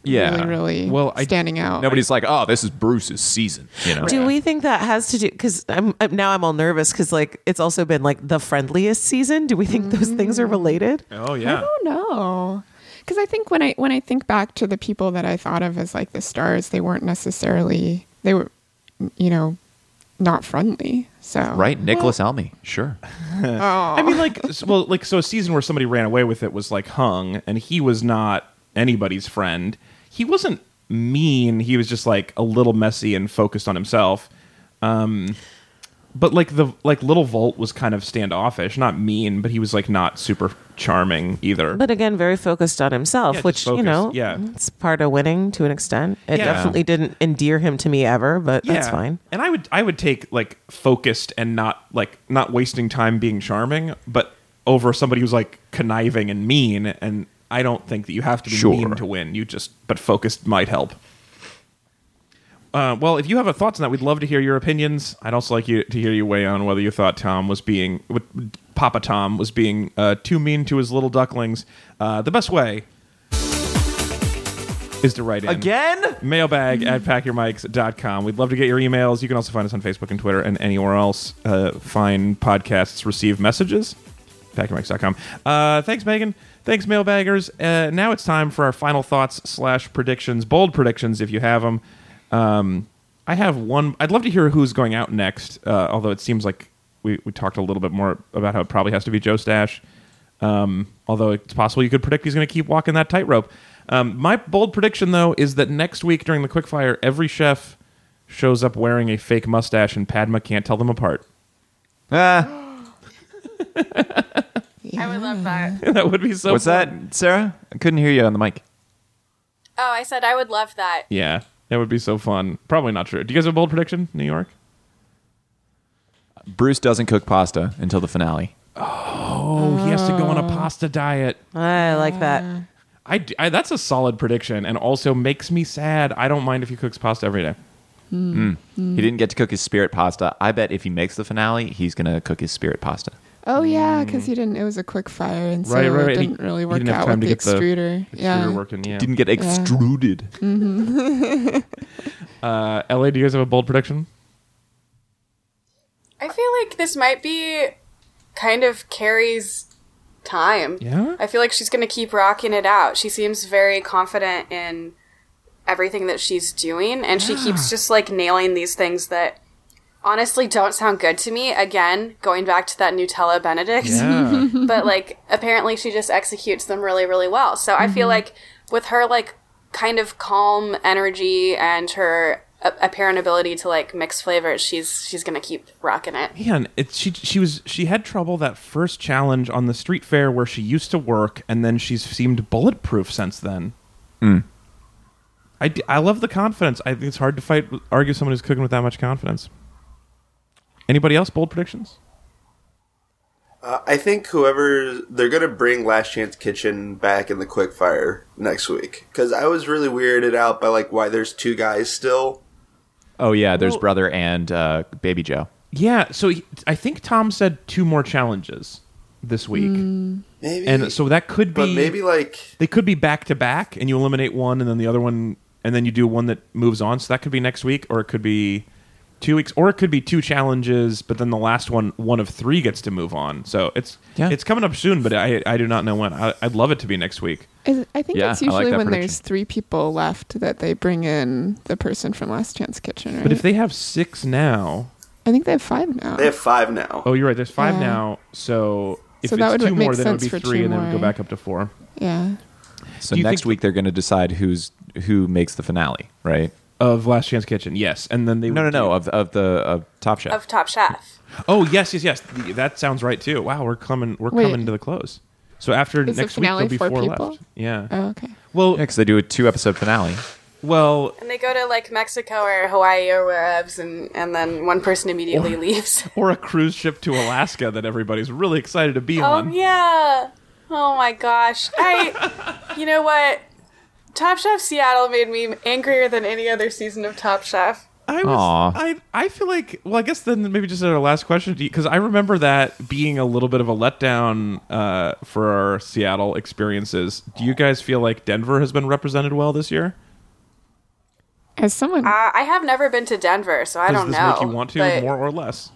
Speaker 3: Yeah.
Speaker 2: really really
Speaker 1: Well, I-
Speaker 2: standing out.
Speaker 3: Nobody's like, oh, this is Bruce's season. You know.
Speaker 6: Do we think that has to do? Because I'm, I'm now I'm all nervous because like it's also been like the friendliest season. Do we think those things are related?
Speaker 1: Oh
Speaker 2: I
Speaker 1: yeah,
Speaker 2: don't know. Because I think when I when I think back to the people that I thought of as like the stars, they weren't necessarily they were, you know, not friendly. So
Speaker 3: Right, Nicholas Elmy. Sure.
Speaker 1: I mean like s- well like so a season where somebody ran away with it was like hung, and he was not anybody's friend. He wasn't mean. He was just like a little messy and focused on himself. Um, but like the like little Volt was kind of standoffish, not mean, but he was like not super charming either.
Speaker 6: But again, very focused on himself,
Speaker 1: Yeah, just
Speaker 6: which you
Speaker 1: focused.
Speaker 6: know,
Speaker 1: Yeah.
Speaker 6: it's part of winning to an extent. It
Speaker 1: Yeah.
Speaker 6: definitely didn't endear him to me ever, but
Speaker 1: yeah,
Speaker 6: that's fine.
Speaker 1: And I would I would take like focused and not like not wasting time being charming, but over somebody who's like conniving and mean. And I don't think that you have to be
Speaker 3: Sure.
Speaker 1: mean to win. You just but focused might help. Uh, well, if you have a thoughts on that, we'd love to hear your opinions. I'd also like you to hear your weigh on whether you thought Tom was being, what- Papa Tom was being uh, too mean to his little ducklings. Uh, the best way is to write in
Speaker 3: Again?
Speaker 1: mailbag at packyourmics.com. We'd love to get your emails. You can also find us on Facebook and Twitter and anywhere else. Uh, find podcasts, receive messages. Packyourmics.com. Uh, thanks, Megan. Thanks, mailbaggers. Uh, now it's time for our final thoughts slash predictions, bold predictions if you have them. Um, I have one. I'd love to hear who's going out next, uh, although it seems like we, we talked a little bit more about how it probably has to be Joe Stash. Um, although it's possible you could predict he's going to keep walking that tightrope. Um, my bold prediction, though, is that next week during the quickfire, every chef shows up wearing a fake mustache, and Padma can't tell them apart.
Speaker 3: Ah,
Speaker 4: I would love that.
Speaker 1: that would be so.
Speaker 3: what's
Speaker 1: fun.
Speaker 3: that, Sarah? I couldn't hear you on the mic.
Speaker 4: Oh, I said I would love that.
Speaker 1: Yeah, that would be so fun. Probably not true. Do you guys have a bold prediction? New York.
Speaker 3: Bruce doesn't cook pasta until the finale.
Speaker 1: Oh, he has to go on a pasta diet.
Speaker 6: I like that.
Speaker 1: I, d- I- that's a solid prediction, and also makes me sad. I don't mind if he cooks pasta every day.
Speaker 3: He didn't get to cook his spirit pasta. I bet if he makes the finale, he's gonna cook his spirit pasta.
Speaker 2: Oh yeah, because he didn't. It was a quick fire, and so
Speaker 1: Right, right, right.
Speaker 2: it
Speaker 1: He-
Speaker 2: didn't really
Speaker 1: he
Speaker 2: work
Speaker 1: didn't have
Speaker 2: out
Speaker 1: time
Speaker 2: with
Speaker 1: to
Speaker 2: the
Speaker 1: get the
Speaker 2: extruder. yeah,
Speaker 1: Extruder working. Yeah. Mm.
Speaker 3: Didn't get extruded.
Speaker 1: uh, La, do you guys have a bold prediction?
Speaker 4: I feel like this might be kind of Carrie's time.
Speaker 1: Yeah?
Speaker 4: I feel like she's going to keep rocking it out. She seems very confident in everything that she's doing, and she keeps just like nailing these things that honestly don't sound good to me. Again, going back to that Nutella Benedict.
Speaker 1: Yeah.
Speaker 4: but like apparently she just executes them really really well so i
Speaker 1: Mm-hmm.
Speaker 4: feel like with her like kind of calm energy and her a- apparent ability to like mix flavors she's she's gonna keep rocking it
Speaker 1: Man, it, she she was she had trouble that first challenge on the street fair where she used to work, and then she's seemed bulletproof since then. Hmm. I, d- I love the confidence. I think it's hard to fight argue someone who's cooking with that much confidence. Anybody else bold predictions?
Speaker 5: Uh, I think whoever they're gonna bring Last Chance Kitchen back in the quickfire next week because I was really weirded out by like why there's two guys still.
Speaker 3: Oh yeah, there's
Speaker 1: Well-
Speaker 3: brother and uh, baby Joe.
Speaker 1: Yeah, so he, I think Tom said two more challenges this week,
Speaker 5: Maybe
Speaker 1: and so that could be
Speaker 5: Mm. but maybe like
Speaker 1: they could be back to back, and you eliminate one, and then the other one, and then you do one that moves on. So that could be next week, or it could be two weeks, or it could be two challenges, but then the last one, one of three gets to move on. So it's
Speaker 3: Yeah.
Speaker 1: it's coming up soon, but I I do not know when. I, I'd love it to be next week.
Speaker 2: I, I think
Speaker 3: Yeah,
Speaker 2: it's
Speaker 3: I like
Speaker 2: usually
Speaker 3: that
Speaker 2: when
Speaker 3: prediction.
Speaker 2: there's three people left that they bring in the person from Last Chance Kitchen, right?
Speaker 1: But if they have six now,
Speaker 2: I think they have five now.
Speaker 5: they have five now.
Speaker 1: oh, you're right. There's five
Speaker 2: Yeah.
Speaker 1: now, so. If
Speaker 2: So
Speaker 1: it's
Speaker 2: that would
Speaker 1: two
Speaker 2: make
Speaker 1: more, then it would
Speaker 2: sense
Speaker 1: be
Speaker 2: for
Speaker 1: three,
Speaker 2: two
Speaker 1: and then it would go
Speaker 2: more.
Speaker 1: back up to four.
Speaker 2: yeah,
Speaker 3: So
Speaker 1: Do you
Speaker 3: next
Speaker 1: think-
Speaker 3: week they're gonna decide who's who makes the finale, right?
Speaker 1: Of Last Chance Kitchen, yes, and then they
Speaker 3: No, no,
Speaker 1: would
Speaker 3: no. Of of the of Top Chef.
Speaker 4: of top chef
Speaker 1: do- Oh, yes, yes, yes. The- That sounds right too. Wow, we're coming, we're
Speaker 2: Wait.
Speaker 1: coming to the close. So after
Speaker 2: Is the
Speaker 1: next week, there'll
Speaker 2: finale
Speaker 1: be
Speaker 2: four
Speaker 1: four
Speaker 2: people?
Speaker 1: left. Yeah.
Speaker 2: oh, okay.
Speaker 1: Well,
Speaker 3: yeah, because they do a two episode finale.
Speaker 1: well,
Speaker 4: and they go to like mexico or hawaii or wherever and and then one person immediately leaves
Speaker 1: or a cruise ship to Alaska that everybody's really excited to be
Speaker 4: oh
Speaker 1: on.
Speaker 4: yeah oh my gosh i you know what top chef seattle made me angrier than any other season of top chef
Speaker 1: I
Speaker 3: Aw.
Speaker 1: was, I, I feel like, well, I guess then maybe just our last question because I remember that being a little bit of a letdown uh, for our Seattle experiences. Do you guys feel like Denver has been represented well this year?
Speaker 2: As someone,
Speaker 4: Uh, I have never been to Denver, so I
Speaker 1: Does
Speaker 4: don't
Speaker 1: this
Speaker 4: know.
Speaker 1: make you want to
Speaker 4: but-
Speaker 1: more or less?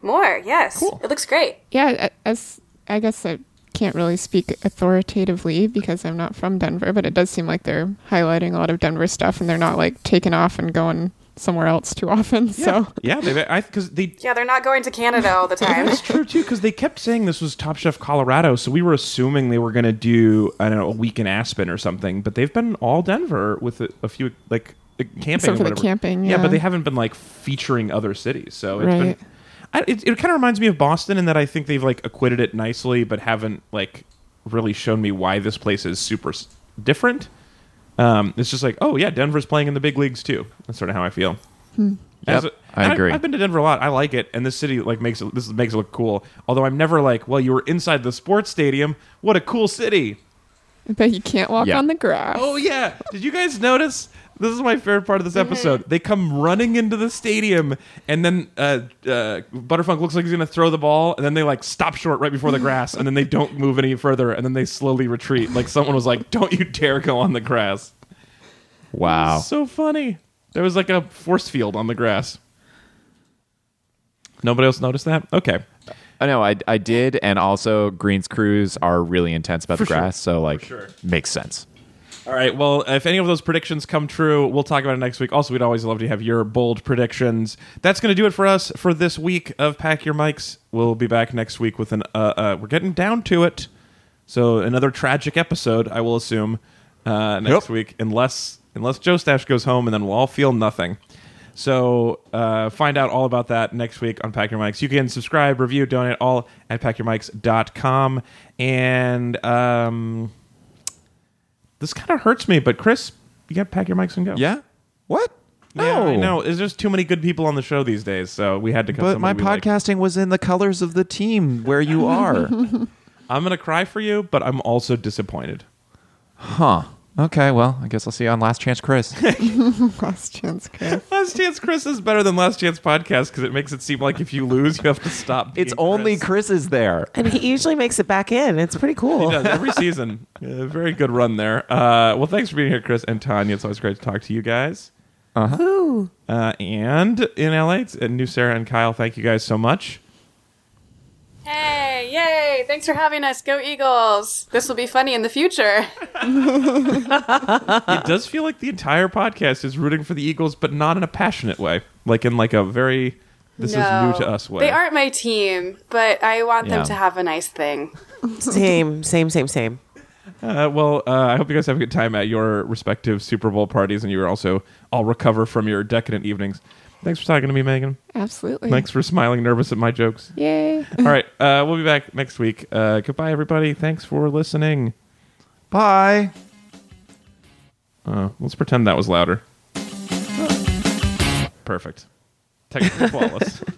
Speaker 4: More, yes.
Speaker 1: Cool.
Speaker 4: It looks great.
Speaker 2: yeah, a- as I guess I can't really speak authoritatively because I'm not from Denver, but it does seem like they're highlighting a lot of Denver stuff, and they're not like taking off and going somewhere else too often. So
Speaker 1: yeah, they, I because they
Speaker 4: Yeah, they're not going to Canada all the time.
Speaker 1: That's true too, because they kept saying this was Top Chef Colorado, so we were assuming they were going to do I don't know a week in Aspen or something. But they've been all Denver with a, a few like the camping.
Speaker 2: Except
Speaker 1: or
Speaker 2: for the
Speaker 1: whatever.
Speaker 2: camping, yeah.
Speaker 1: but they haven't been like featuring other cities. So it's been.
Speaker 2: Right.
Speaker 1: I, it, it kind of reminds me of Boston in that I think they've like acquitted it nicely, but haven't like really shown me why this place is super s- different. Um, it's just like, oh yeah, Denver's playing in the big leagugues too. That's sort of how I feel. As
Speaker 3: Yep,
Speaker 1: a-
Speaker 3: I
Speaker 1: and
Speaker 3: agree.
Speaker 1: I've been to Denver a lot. I like it, and this city like makes it. This makes it look cool. Although I'm never like, well, you were inside the sports stadium. What a cool city!
Speaker 2: But you can't walk
Speaker 3: Yeah.
Speaker 2: on the grass.
Speaker 1: Oh yeah. Did you guys notice? This is my favorite part of this episode. They come running into the stadium, and then uh, uh, Butterfunk looks like he's going to throw the ball, and then they like stop short right before the grass, and then they don't move any further, and then they slowly retreat. Like someone was like, "Don't you dare go on the grass!"
Speaker 3: Wow.
Speaker 1: So funny. There was like a force field on the grass. Nobody else noticed that. Okay.
Speaker 3: I know. I, I did, and also Green's crews are really intense about
Speaker 1: For
Speaker 3: the
Speaker 1: sure.
Speaker 3: grass, so like
Speaker 1: sure.
Speaker 3: makes sense.
Speaker 1: All right. Well, if any of those predictions come true, we'll talk about it next week. Also, we'd always love to have your bold predictions. That's going to do it for us for this week of Pack Your Mics. We'll be back next week with an. Uh, uh, we're getting down to it. So another tragic episode, I will assume, uh, next
Speaker 3: Yep.
Speaker 1: week, unless unless Joe Stash goes home, and then we'll all feel nothing. So uh, find out all about that next week on Pack Your Mics. You can subscribe, review, donate all at packyourmics.com. And um, this kind of hurts me, but Chris, you got to pack your mics and go.
Speaker 3: Yeah. What?
Speaker 1: No, no. There's just too many good people on the show these days, so we had to. cut
Speaker 3: But my
Speaker 1: somebody we like.
Speaker 3: podcasting was in the colors of the team where you are.
Speaker 1: I'm gonna cry for you, but I'm also disappointed.
Speaker 3: huh. Okay. Well, I guess I'll see you on Last Chance, Chris.
Speaker 2: Last chance, Chris.
Speaker 1: Last Chance Chris is better than Last Chance Podcast because it makes it seem like if you lose, you have to stop.
Speaker 3: it's
Speaker 1: being
Speaker 3: only
Speaker 1: Chris.
Speaker 3: Chris is there.
Speaker 6: And he usually makes it back in. It's pretty cool.
Speaker 1: He does every season. Uh, very good run there. Uh, well, thanks for being here, Chris and Tanya. It's always great to talk to you guys. Uh, and in LA, it's uh, New Sarah and Kyle. Thank you guys so much.
Speaker 4: Hey, yay! Thanks for having us. Go Eagles! This will be funny in the future.
Speaker 1: it does feel like the entire podcast is rooting for the Eagles, but not in a passionate way. Like in like a very this is new to us way.
Speaker 4: They aren't my team, but I want
Speaker 3: Yeah.
Speaker 4: them to have a nice thing.
Speaker 6: Same, same, same, same.
Speaker 1: Uh, well, uh, I hope you guys have a good time at your respective Super Bowl parties, and you also all recover from your decadent evenings. Thanks for talking to me, Megan.
Speaker 4: Mm.
Speaker 2: Absolutely.
Speaker 1: Thanks for smiling nervous at my jokes.
Speaker 2: Yay.
Speaker 1: All right, uh, we'll be back next week. Uh, goodbye, everybody. Thanks for listening.
Speaker 3: Bye.
Speaker 1: Uh, let's pretend that was louder. Perfect. Technically flawless.